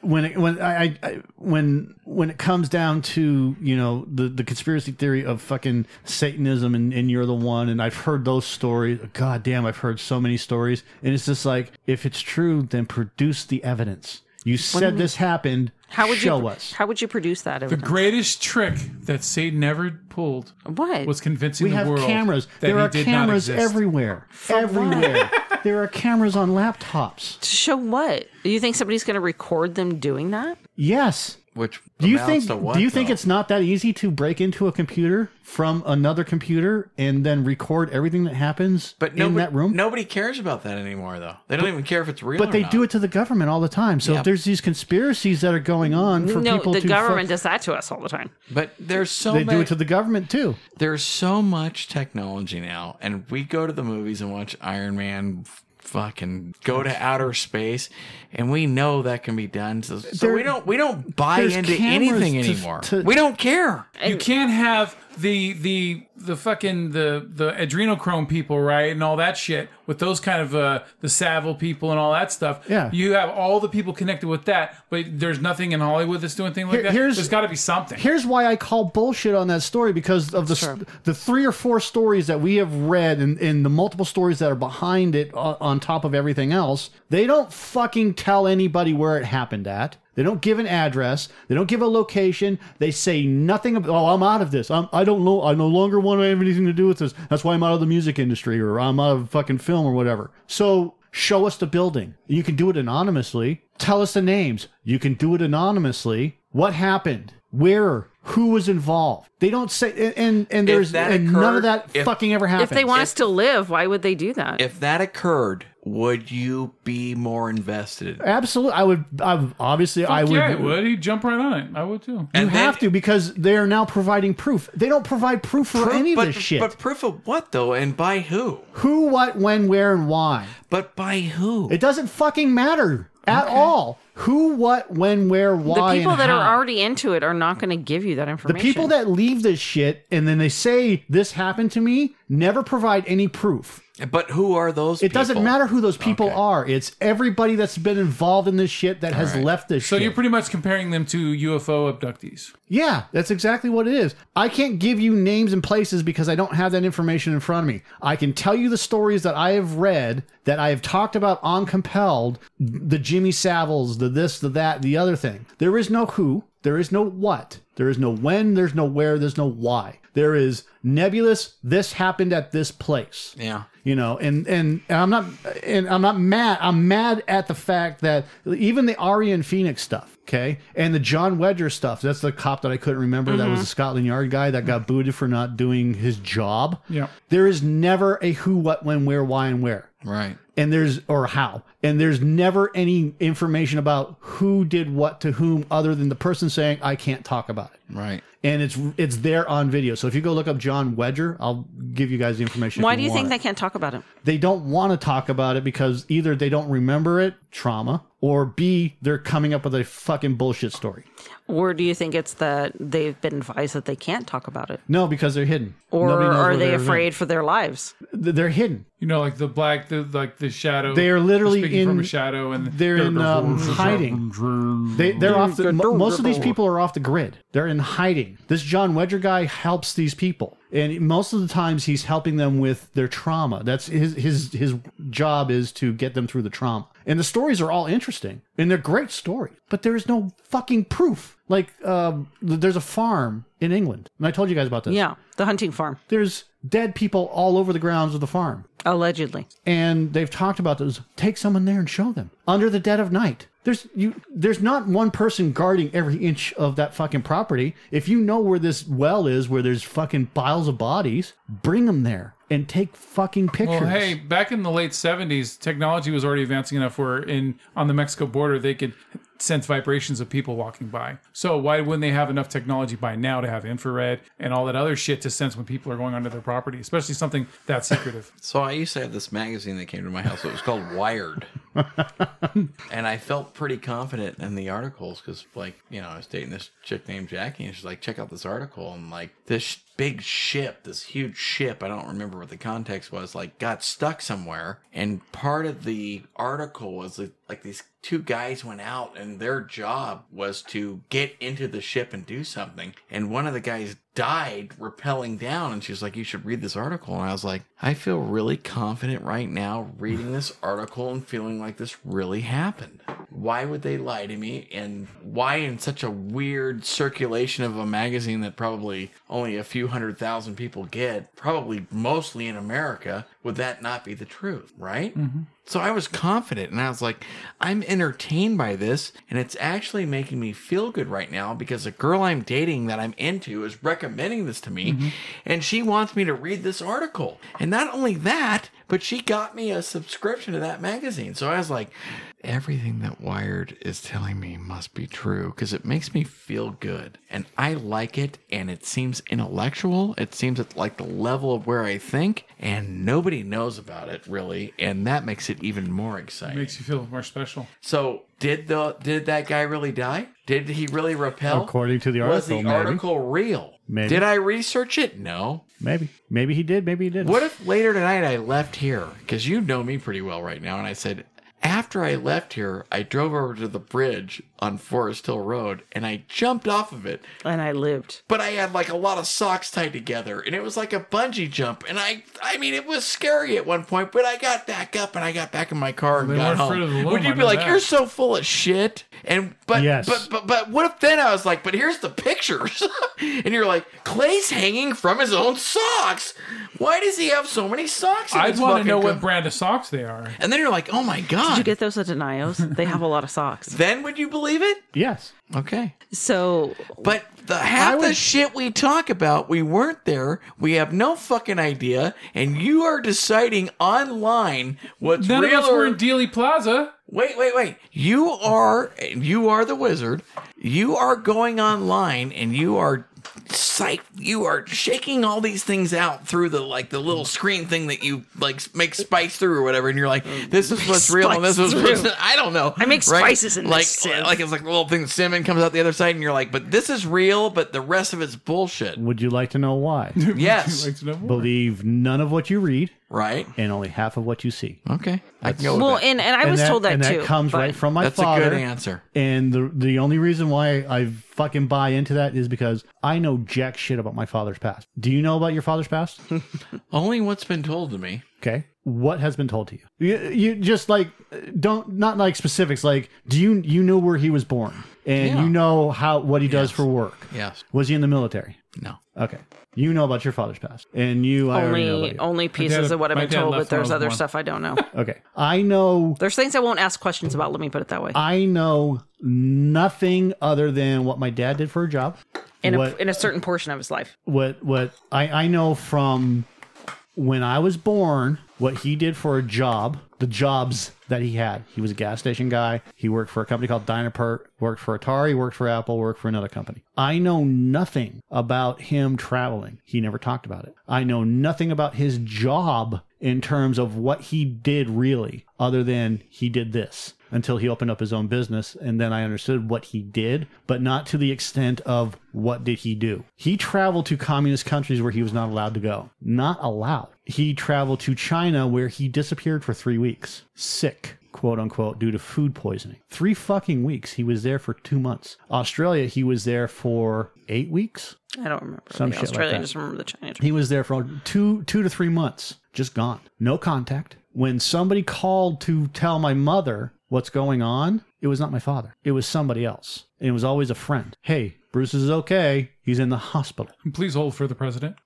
when it, when I, I- I when when it comes down to you know the the conspiracy theory of fucking Satanism and, and you're the one and I've heard those stories. God damn, I've heard so many stories, and it's just like if it's true, then produce the evidence. You said this happened. How would show you? us? How would you produce that? The greatest trick that Satan ever pulled What? was convincing We the have world cameras. that There he are did cameras not exist. everywhere. everywhere. there are cameras on laptops. <laughs> To show what? Do you think somebody's going to record them doing that? Yes. Which Do you think? amounts to what, do you think though? it's not that easy to break into a computer from another computer and then record everything that happens but in nobody, that room? Nobody cares about that anymore, though. They don't even care if it's real. But or they not. do it to the government all the time. So Yeah. if there's these conspiracies that are going on for no, people the to government fuck, does that to us all the time. But there's so they many, do it to the government too. there's so much technology now, and we go to the movies and watch Iron Man, fucking go to outer space, and we know that can be done. So, so There- we don't we don't buy there's into cameras anything to- anymore. to- we don't care. You can't have the the the fucking the the adrenochrome people, right, and all that shit with those kind of uh the Savile people and all that stuff. Yeah. you have all the people connected with that, but there's nothing in Hollywood that's doing things like Here- that. here's- there's got to be something. Here's why I call bullshit on that story because of the Sure. the three or four stories that we have read and, and the multiple stories that are behind it on, on top of everything else. They don't fucking tell anybody where it happened at. They don't give an address. They don't give a location. They say nothing. About, oh, I'm out of this. I'm, I don't know. I no longer want to have anything to do with this. That's why I'm out of the music industry or I'm out of fucking film or whatever. So show us the building. You can do it anonymously. Tell us the names. You can do it anonymously. What happened? Where? Who was involved? They don't say, and and, and If there's that and none of occurred- that if- fucking ever happens. If they want us to live, why would they do that? If that occurred, would you be more invested? absolutely, I would. I would- obviously, I would. yeah, I would. He'd jump right on it. I would too. You And then- have to because they are now providing proof. They don't provide proof for any of but, this shit. But proof of what though, and by who? Who, what, when, where, and why. But by who? It doesn't fucking matter at all. Who, what, when, where, the why. people and that how. are already into it are not going to give you that The information. people that leave this shit and then they say this happened to me, never provide any proof. But who are those? It doesn't people? matter who those people Okay. are. It's everybody that's been involved in this shit that has right. left this So shit. you're pretty much comparing them to UFO abductees. Yeah, that's exactly what it is. I can't give you names and places because I don't have that information in front of me. I can tell you the stories that I have read that I have talked about on Compelled, the Jimmy Saviles, the this, the that, the other thing. There is no who, there is no what, there is no when, there's no where, there's no why. There is nebulous, this happened at this place Yeah. you know and, and and i'm not and i'm not mad i'm mad at the fact that even the Ari and phoenix stuff okay and the john wedger stuff that's the cop that i couldn't remember that Mm-hmm. was the scotland yard guy that got booted for not doing his job Yeah. there is never a who what when where why and where Right. and there's or how and there's never any information about who did what to whom other than the person saying i can't talk about it Right. and it's it's there on video so if you go look up john wedger i'll give you guys the information if Why do you want think it they can't talk about it? they don't want to talk about it because either they don't remember it, trauma, or B, they're coming up with a fucking bullshit story. Or do you think it's that they've been advised that they can't talk about it? No, because they're hidden. Or Nobody knows are where they they're afraid for their lives? living. Th- They're hidden. You know, like the black, the like the shadow. They are literally speaking in- from a shadow, and They're in um, hiding. They, they're off. The, mo- most of these people are off the grid. They're in hiding. This John Wedger guy helps these people, and most of the times he's helping them with their trauma. That's his his his job is to get them through the trauma. And the stories are all interesting, and they're great stories. But there is no fucking proof. Like, um, th- there's a farm in England, and I told you guys about this. Yeah, the hunting farm, there's dead people all over the grounds of the farm allegedly. and they've talked about those. Take someone there and show them under the dead of night. There's you. There's not one person guarding every inch of that fucking property. If you know where this well is, where there's fucking piles of bodies, bring them there and take fucking pictures. Well, hey, back in the late '70s, technology was already advancing enough where in on the Mexico border they could sense vibrations of people walking by. So why wouldn't they have enough technology by now to have infrared and all that other shit to sense when people are going onto their property, especially something that secretive? So I used to have this magazine that came to my house. It was called Wired, and I felt pretty confident in the articles because, like, you know, I was dating this chick named Jackie, and she's like, "Check out this article." And like, this big ship, this huge ship, I don't remember what the context was, like, got stuck somewhere, and part of the article was that, like these two guys went out, and their job was to get into the ship and do something, and one of the guys died rappelling down and she's like you should read this article and i was like i feel really confident right now reading this article and feeling like this really happened why would they lie to me and why in such a weird circulation of a magazine that probably only a few hundred thousand people get probably mostly in america would that not be the truth right so I was confident and I was like, I'm entertained by this and it's actually making me feel good right now because the girl I'm dating that I'm into is recommending this to me and she wants me to read this article. And not only that, but she got me a subscription to that magazine. So I was like, everything that Wired is telling me must be true because it makes me feel good and I like it and it seems intellectual. It seems at like the level of where I think and nobody knows about it really and that makes it even more exciting. <laughs> Makes you feel more special. so did the did that guy really die? Did he really repel? According to the was the article, maybe. article real? Maybe. Did I research it? No. Maybe, maybe he did. Maybe he didn't. What if later tonight I left here? Because you know me pretty well right now. And I said, after I left here, I drove over to the bridge on Forest Hill Road and I jumped off of it. And I lived. But I had like a lot of socks tied together and it was like a bungee jump. And I, I mean, it was scary at one point, but I got back up and I got back in my car and They got weren't home. afraid of the loom, Would you I be know like, that. you're so full of shit? And, but, Yes. but, but, but what if then I was like, but here's the pictures? <laughs> and you're like, Clay's hanging from his own socks. Why does he have so many socks? in I his want to fucking know co- what brand of socks they are. And then you're like, oh my Did you god. get those at Denios? They have a lot of socks. then would you believe it? Yes, Okay. So But the half the would- shit we talk about, we weren't there. We have no fucking idea, and you are deciding online what's None real. of us were or- in Dealey Plaza. wait, wait, wait. You are you are the wizard. You are going online, and you are psych you are shaking all these things out through the like the little screen thing that you like s- make spice through or whatever and you're like this is what's real and this spice is what's through. <laughs> I don't know I make right? spices in like this sieve. like it's like the little thing cinnamon comes out the other side and you're like but this is real but the rest of it's bullshit Would you like to know <laughs> why? yes Like to know more. Believe none of what you read right and only half of what you see. okay I can go with Well, that. and, and I Oh, And was told that and too. that comes but- right from my that's father. a good answer And the the only reason why I fucking buy into that is because I know jack shit about my father's past. Do you know about your father's <laughs> past? only what's been told to me Okay. What has been told to you? you? You just like don't not like specifics. Like, do you you know where he was born and Yeah. you know how what he does for work? yes Was he in the military? no Okay. You know about your father's past, and you I already know about only you. only pieces of what I've my been dad told, left but when I there's was other one. stuff I <laughs> don't know. Okay. I know There's things I won't ask questions about. Let me put it that way. I know nothing other than what my dad did for a job. In a, what- in a certain portion of his life, what what I, I know from when I was born, what he did for a job, the jobs that he had. He was a gas station guy. He worked for a company called Dynapert, worked for Atari, worked for Apple, worked for another company. I know nothing about him traveling. He never talked about it. I know nothing about his job in terms of what he did really, other than he did this until he opened up his own business and then I understood what he did, but not to the extent of what did he do. He traveled to communist countries where he was not allowed to go. Not allowed. He traveled to China where he disappeared for 3 weeks, sick, quote unquote, due to food poisoning. 3 fucking weeks. He was there for 2 months. Australia, he was there for 8 weeks. I don't remember. Some the shit like Australia, I that. just remember the China. trip. He was there for two two to three months, just gone, no contact. When somebody called to tell my mother what's going on, it was not my father. It was somebody else, and it was always a friend. Hey, Bruce is okay. He's in the hospital. Please hold for the president.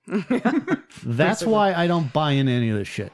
That's why I don't buy into any of this shit.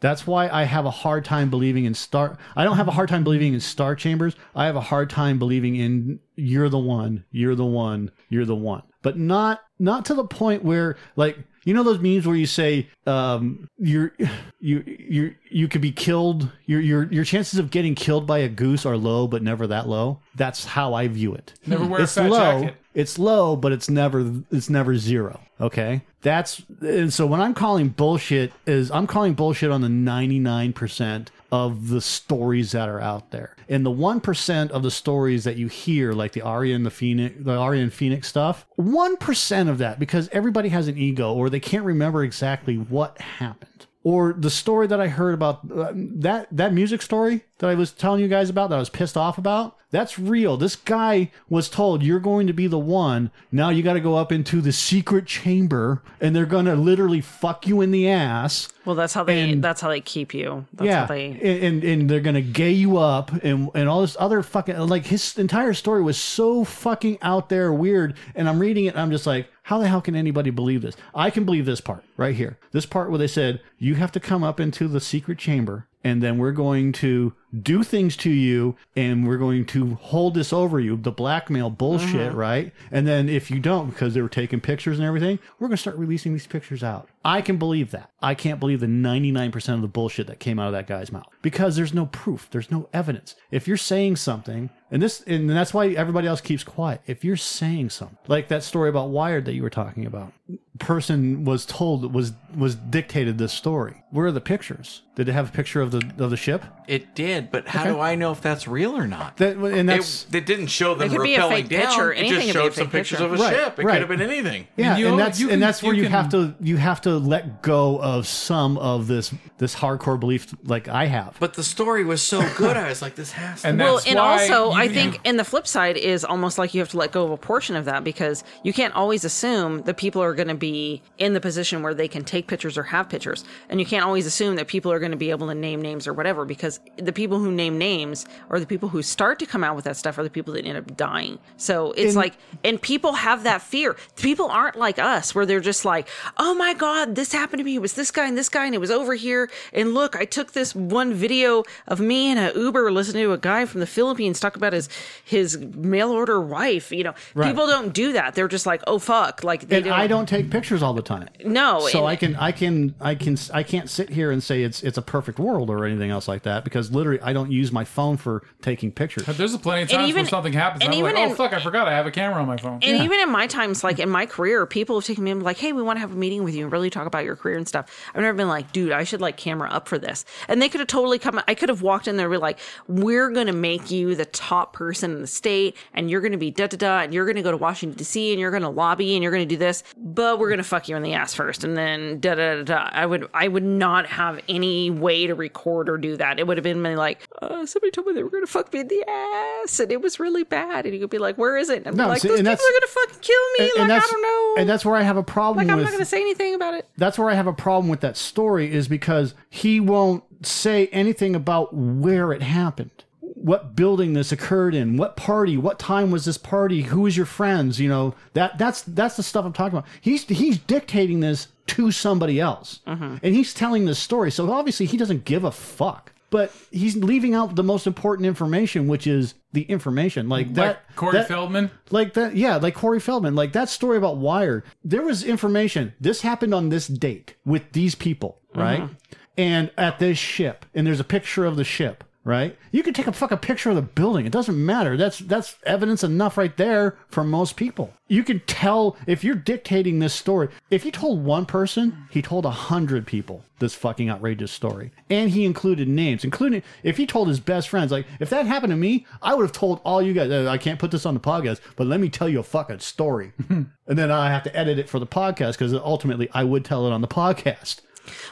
That's why I have a hard time believing in star. I don't have a hard time believing in star chambers. I have a hard time believing in you're the one, you're the one, you're the one. But not not to the point where like you know those memes where you say um, you're you you you could be killed. Your your your chances of getting killed by a goose are low, but never that low. That's how I view it. Never wear it's a fat low. jacket. It's low, but it's never it's never zero. Okay, that's and so when I'm calling bullshit is I'm calling bullshit on the 99 percent of the stories that are out there, and the one percent of the stories that you hear, like the Arya and the Phoenix, the Arya and Phoenix stuff, one percent of that because everybody has an ego or they can't remember exactly what happened or the story that I heard about uh, that that music story that I was telling you guys about that I was pissed off about. That's real. This guy was told you're going to be the one. Now you got to go up into the secret chamber and they're going to literally fuck you in the ass. Well, that's how they. And- that's how they keep you. That's yeah. how they. and, and and they're going to gay you up and and all this other fucking like his entire story was so fucking out there weird and I'm reading it and I'm just like how the hell can anybody believe this? I can believe this part right here. This part where they said, you have to come up into the secret chamber and then we're going to do things to you and we're going to hold this over you, the blackmail bullshit, right? And then if you don't, because they were taking pictures and everything, we're going to start releasing these pictures out. I can believe that. I can't believe the 99% of the bullshit that came out of that guy's mouth because there's no proof, there's no evidence. If you're saying something, and this, and that's why everybody else keeps quiet. If you're saying something, like that story about Wired that you were talking about, person was told was was dictated this story. Where are the pictures? Did it have a picture of the of the ship? it did but how do I know if that's real or not That and that's it, it didn't show them It could be a rappelling fake picture. down. It just Anything could be a showed some fake pictures picture. of a Right, ship. It right. could have been anything. yeah, you and only- that's you can- and that's where you you, can- have to you have to let go of some of this this hardcore belief like I have. But the story was <laughs> so good, I was like, this has to. And Well, that's and why also, you- I think, and the flip side is almost like you have to let go of a portion of that because you can't always assume that people are going to be in the position where they can take pictures or have pictures, and you can't always assume that people are going to be able to name names or whatever because the people who name names or the people who start to come out with that stuff are the people that end up dying. So it's like, and people have that fear. People aren't like us where they're just like, oh my god, this happened to me. It was this guy and this guy, and it was over here. And look, I took this one video of me in an Uber listening to a guy from the Philippines talk about his his mail order wife. You know, people don't do that. They're just like, oh fuck, like they and I don't take pictures all the time. No, so and- I can I can I can I can't sit here and say it's it's a perfect world or anything else like that because literally I don't use my phone for taking pictures. There's a plenty of times even- when something happens. and And I'm like, even oh in- fuck, I forgot I have a camera on my phone. And even in my times, like in my career, people have taken me and be like, hey, we want to have a meeting with you and really talk about your career and stuff. I've never been like, dude, I should like camera up for this. And they could have totally come. I could have walked in there and be like, we're going to make you the top person in the state and you're going to be da da da and you're going to go to Washington, D.C. and you're going to lobby and you're going to do this, but we're going to fuck you in the ass first and then da da da da. I would, I would not have any way to record or do that. It would have been me like, uh, somebody told me they were going to fuck me in the ass and it was really bad. And you could be like, where is it? And I'd be No, like, see, those and people are that's- going to fucking kill me. and, and like, I that's don't know. and that's where I have a problem like, I'm with not going to say anything about it. that's where I have a problem with that story is because he won't say anything about where it happened, what building this occurred in, what party, what time was this party, who was your friends, you know that that's that's the stuff I'm talking about. He's he's dictating this to somebody else, Uh-huh. and he's telling this story, so obviously he doesn't give a fuck. But he's leaving out the most important information, which is the information. Like that, like Corey that- Feldman. like that yeah like corey feldman like that story about wired there was information this happened on this date with these people right and at this ship and there's a picture of the ship right you can take a fucking picture of the building it doesn't matter that's that's evidence enough right there for most people you can tell if you're dictating this story if you told one person he told a hundred people this fucking outrageous story and he included names including if he told his best friends like if that happened to me i would have told all you guys "Uh, i can't put this on the podcast but let me tell you a fucking story and then i have to edit it for the podcast because ultimately i would tell it on the podcast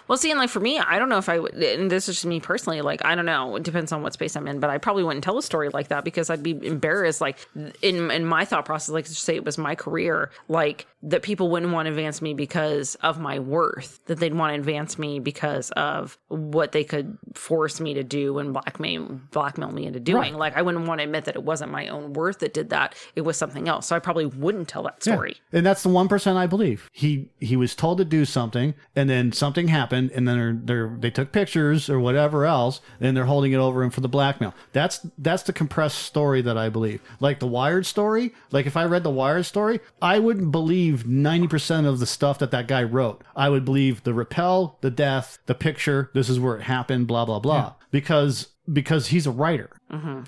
Well, see, and like for me, I don't know if I would, and this is just me personally, like, I don't know. It depends on what space I'm in, but I probably wouldn't tell a story like that because I'd be embarrassed. Like, in, in my thought process, like, just say it was my career, like, that people wouldn't want to advance me because of my worth, that they'd want to advance me because of what they could force me to do and blackmail, blackmail me into doing. Like, I wouldn't want to admit that it wasn't my own worth that did that, it was something else. So I probably wouldn't tell that story. And that's the one percent I believe. He he was told to do something, and then something happened, and then they're, they're they took pictures or whatever else, and they're holding it over him for the blackmail. That's that's the compressed story that I believe. Like the Wired story. Like if I read the Wired story, I wouldn't believe ninety percent of the stuff that that guy wrote. I would believe the repel, the death, the picture. This is where it happened. Blah blah blah. Because because he's a writer.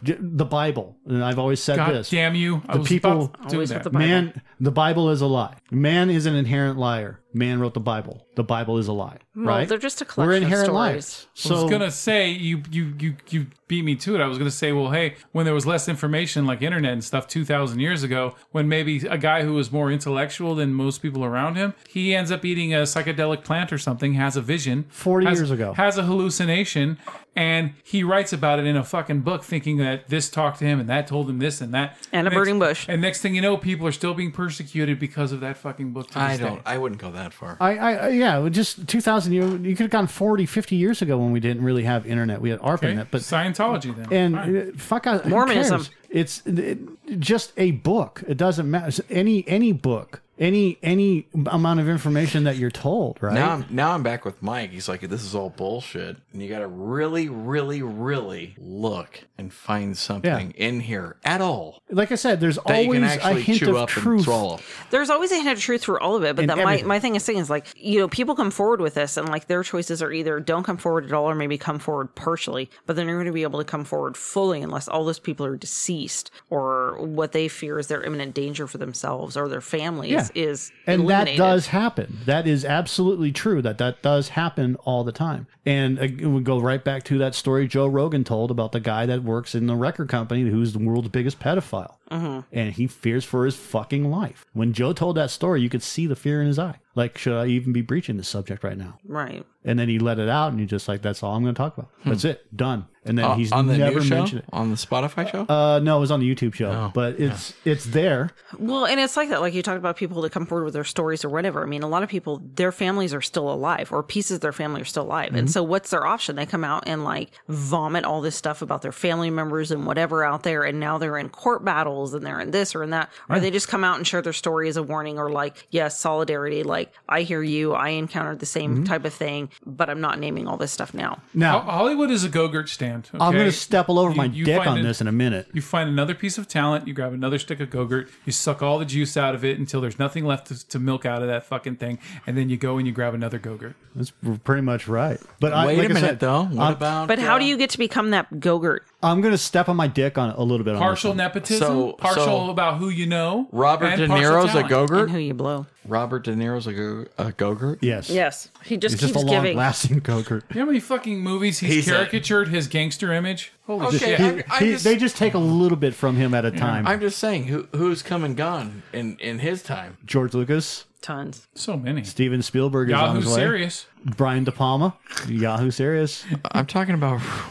J- The Bible, and I've always said God this. damn you! I The was people- about to do Always with that. the Man, the Bible is a lie. Man is an inherent liar. Man wrote the Bible. The Bible is a lie. right? they're just a We're collection of inherent stories. liars. So I was gonna say you you you you beat me to it. I was gonna say, well, hey, when there was less information like internet and stuff two thousand years ago, when maybe a guy who was more intellectual than most people around him, he ends up eating a psychedelic plant or something, has a vision, 40 has- years ago. has a hallucination, and he writes about it in a fucking book, thinking that this talked to him and that told him this and that, And a Next- burning bush. And next thing you know, people are still being persecuted because of that fucking book. To I this don't. Day. I wouldn't go that far. I, I, I- yeah, it was just 2000, you, you could have gone 40, 50 years ago when we didn't really have internet. We had ARPANET, Okay? but Scientology then. and Fine. uh, fuck out who Mormonism. cares? It's it- just a book. It doesn't matter. It's Any any book, any any amount of information that you're told, right? Now I'm now I'm back with Mike. He's like, "This is all bullshit," and you got to really, really, really look and find something in here at all like I said, there's that you always can a actually hint chew of up truth. and swallow. there's always a hint of truth through all of it. But In that my, everything. my thing is saying is like, you know, people come forward with this and like their choices are either don't come forward at all or maybe come forward partially, but they're not going to be able to come forward fully unless all those people are deceased or what they fear is their imminent danger for themselves or their families Yeah. is and that eliminated. does happen that is absolutely true that that does happen all the time and uh, we go right back to that story joe rogan told about the guy that works in the record company who's the world's biggest pedophile Mm-hmm. and he fears for his fucking life when joe told that story you could see the fear in his eye like should i even be breaching this subject right now right. and then he let it out and you're just like that's all i'm going to talk about that's it done and then Hmm. Uh, he's on the never new show, Oh. mentioned it on the Spotify show. uh, no, it was on the YouTube show, but it's it's there. Well, and it's like that. Like you talked about people that come forward with their stories or whatever. I mean, a lot of people, their families are still alive, or pieces of their family are still alive. Mm-hmm. And so, what's their option? They come out and like vomit all this stuff about their family members and whatever out there. And now they're in court battles and they're in this or in that. Or they just come out and share their Mm-hmm. story as a warning or like, yes, solidarity. Like, I hear you. I encountered the same type of thing. but I'm not naming all this stuff now. Ho- Now, Hollywood is a go-gurt stand. I'm going okay? to step all over my you dick find on it- this in a minute. You find another piece of talent, you grab another stick of Go-Gurt, you suck all the juice out of it until there's nothing left to, to milk out of that fucking thing, and then you go and you grab another Go-Gurt. That's pretty much right. But I, Wait like a minute, I said, though. What I'm, about? But how uh, do you get to become that go-gurt? I'm going to step on my dick on a little bit. on this Partial one. nepotism, So- partial so- about who you know. uh, Robert and De partial Niro's a talent. And who Gogurt. you blow? Robert De Niro's a, go- a Gogurt. Yes. Yes, he just It's keeps just a long giving. lasting <laughs> Gogurt. You know how many fucking movies he's, He's a- caricatured his gangster image? Holy Okay, shit. I- He- I'm he- just- they just take a little bit from him at a time. I'm just saying, who who's come and gone in in his time? George Lucas, Tons. so many. Steven Spielberg is on Yahoo his way. serious. Brian De Palma, Yahoo <laughs> Serious, I'm talking about. <laughs>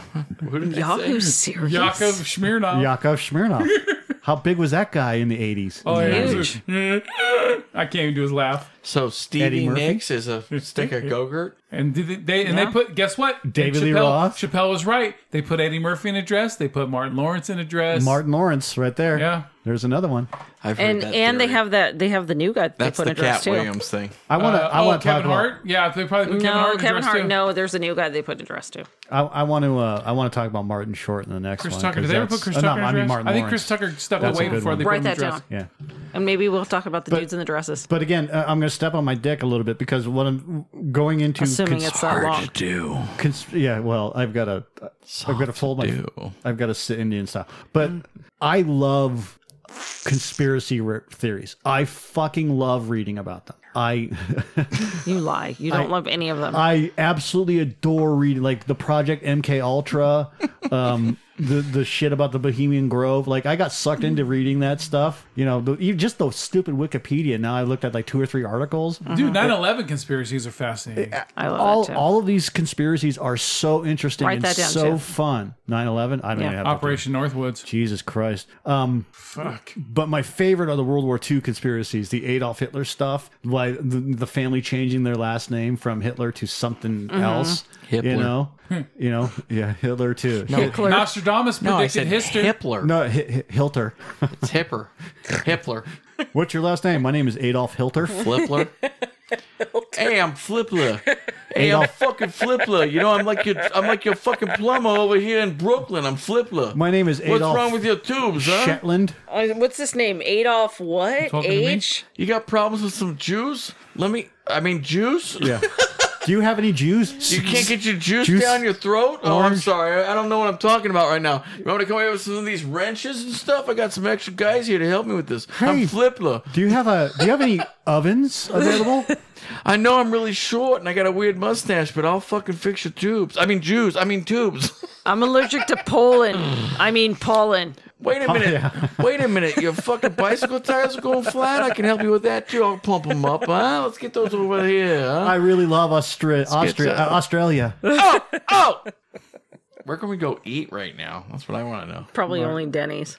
who did I say? Yahoo serious. Yakov Smirnov. Yakov Smirnov. How big was that guy in the 80s? Oh, yeah. Huge. <laughs> I can't even do his laugh. So Eddie Stevie Murphy? Nicks is a stick of Gogurt. And did they, they and Yeah. they put guess what? David Lee Chappelle- Roth. Chappelle was right. They put Eddie Murphy in a dress. They put Martin Lawrence in a dress. Martin Lawrence, right there. Yeah. There's another one. I've heard And that and they theory. have that they have the new guy that that's they put the in a dress Cat too. Williams thing. I want to. Uh, I oh, want to Kevin talk Hart. about. Yeah, they probably put No, Kevin Hart. in a Kevin dress, Hart. too. No, there's a new guy they put in a dress too. I, I want to. Uh, I want to talk about Martin Short in the next Chris one. Tucker. 'cause Did they ever that's- put Chris uh, Tucker no, in a I dress? mean Martin I think Lawrence. Chris Tucker stepped That's a away good before one. they Write put him in that a dress. down. Yeah. And maybe we'll talk about the dudes in the dresses. But again, uh, I'm going to step on my dick a little bit because what I'm going into. Assuming cons- it's that long. do. cons- yeah. Well, I've got to. I've got to fold my. do. I've got to sit Indian style. But I love conspiracy re- theories. I fucking love reading about them. I <laughs> You lie. You don't love any of them. I absolutely adore reading like the Project MK Ultra, um, the the shit about the Bohemian Grove. Like I got sucked into reading that stuff. You know, the, even just the stupid Wikipedia. Now I looked at like two or three articles. Dude, 9/11 conspiracies are fascinating. I love All it too. all of these conspiracies are so interesting Write and that down, so too. fun. 9-11? I don't Yeah. even have that. Operation Northwoods. Jesus Christ. Um, Fuck. But my favorite are the World War II conspiracies, the Adolf Hitler stuff, why the, the family changing their last name from Hitler to something Mm-hmm. else. Hitler. You know, Hmm. you know, yeah, Hitler too. Hitler. Nostradamus No, I predicted said history. Hippler. No, Hi- Hi- Hilter. It's Hipper. Hippler. What's your last name? My name is Adolf <laughs> Hilter. Flipler. hey, I'm Flipler. Hey, I'm Adolf. fucking Flipler. You know, I'm like your, I'm like your fucking plumber over here in Brooklyn. I'm Flipler. My name is What's Adolf wrong with your tubes, huh? Shetland. Uh, What's this name? Adolf what? talking to me? H? You got problems with some Jews? Let me. I mean, juice. <laughs> Yeah. Do you have any Jews? You can't get your juice, Juice. down your throat? Oh, I'm Orange. sorry. I don't know what I'm talking about right now. You want me to come here with some of these wrenches and stuff? I got some extra guys here to help me with this. I'm Hey. Flipler. Do you have a? Do you have any ovens available? I know I'm really short and I got a weird mustache, but I'll fucking fix your tubes. I mean, Jews. I mean, tubes. <laughs> I'm allergic to pollen. I mean pollen. Wait a minute. Oh, yeah. <laughs> Wait a minute. Your fucking bicycle tires are going flat. I can help you with that too. I'll pump them up. Huh? Let's get those over here. Huh? I really love Austra- Austra- out. uh, Australia. Oh! Where can we go eat right now? That's what I want to know. Probably only Denny's.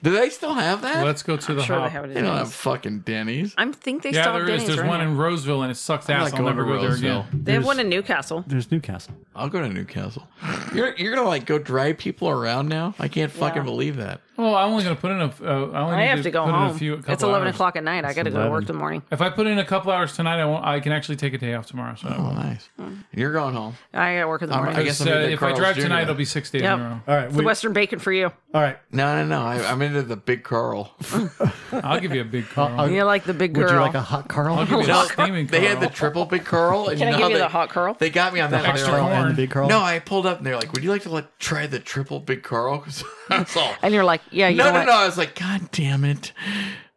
Do they still have that? Let's go to the Sure, they hop. have it. they at don't Denny's. have fucking Denny's. I think they Uh-huh. Yeah, stopped there is. Denny's. There's right one now. in Roseville, and it sucks I'm ass. not I'll going never to go there Roseville. again. They have one in Newcastle. There's Newcastle. I'll go to Newcastle. You're you're gonna like go drive people around now. I can't fucking believe that. Well, I'm only going to put in a. Uh, I, only I need have to go put in home. A few, a it's couple 11 hours. o'clock at night. I got to go to 11. work in the morning. If I put in a couple hours tonight, I won't. I can actually take a day off tomorrow. So I Oh, won't. nice. Mm. You're going home. I got to work in the Um, morning. I guess Uh, I'm into if I Carl's drive Jr. tonight, it'll be six days Yep. in a row. All right. It's the we- Western bacon for you. all right. No, no, no. I, I'm into the big Carl. I'll give you a big Carl. I'll- You like the big girl. uh, Would you like a hot Carl? I'll give you No, a steaming they had the Carl. triple big Carl. And Can I you know give how you they, the hot curl? They got me on that. extra They were like, <laughs> corn. and the big Carl? No, I pulled up and they're like, "Would you like to let, try the triple big Carl?" <laughs> 'Cause That's all. and you're like, yeah, you No, know no, what? no. I was like, "God damn it."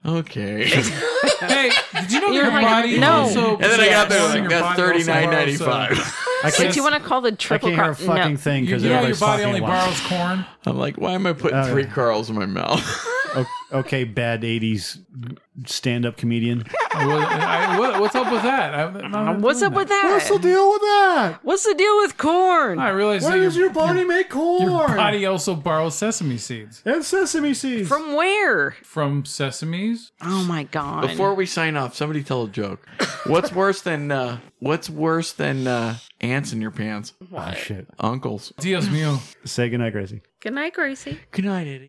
Okay. Hey, did you know You're your like, body no. also? <laughs> and then I got there like, Your "That's body also thirty nine ninety borrows, uh, five. I Wait, can't, do you want to call the I triple can't hear car? a fucking <laughs> no. thing You, because you know your everybody's body talking only at once. borrows corn. I'm like, "Why am I putting three Carls in my mouth?" <laughs> O- okay, bad '80s stand-up comedian. I was- I- what- what's up with that? Uh, I, I'm not What's doing up with that? that? deal with that? What's the deal with corn? I realized that your, body make corn? body also borrows sesame seeds and sesame seeds. From where? from sesames. Oh my god! Before we sign off, somebody tell a joke. What's worse than uh, what's worse than uh, ants in your pants? oh shit! Uncles. Dios mío. Say goodnight, Gracie. Good night, Gracie. Good night, Eddie.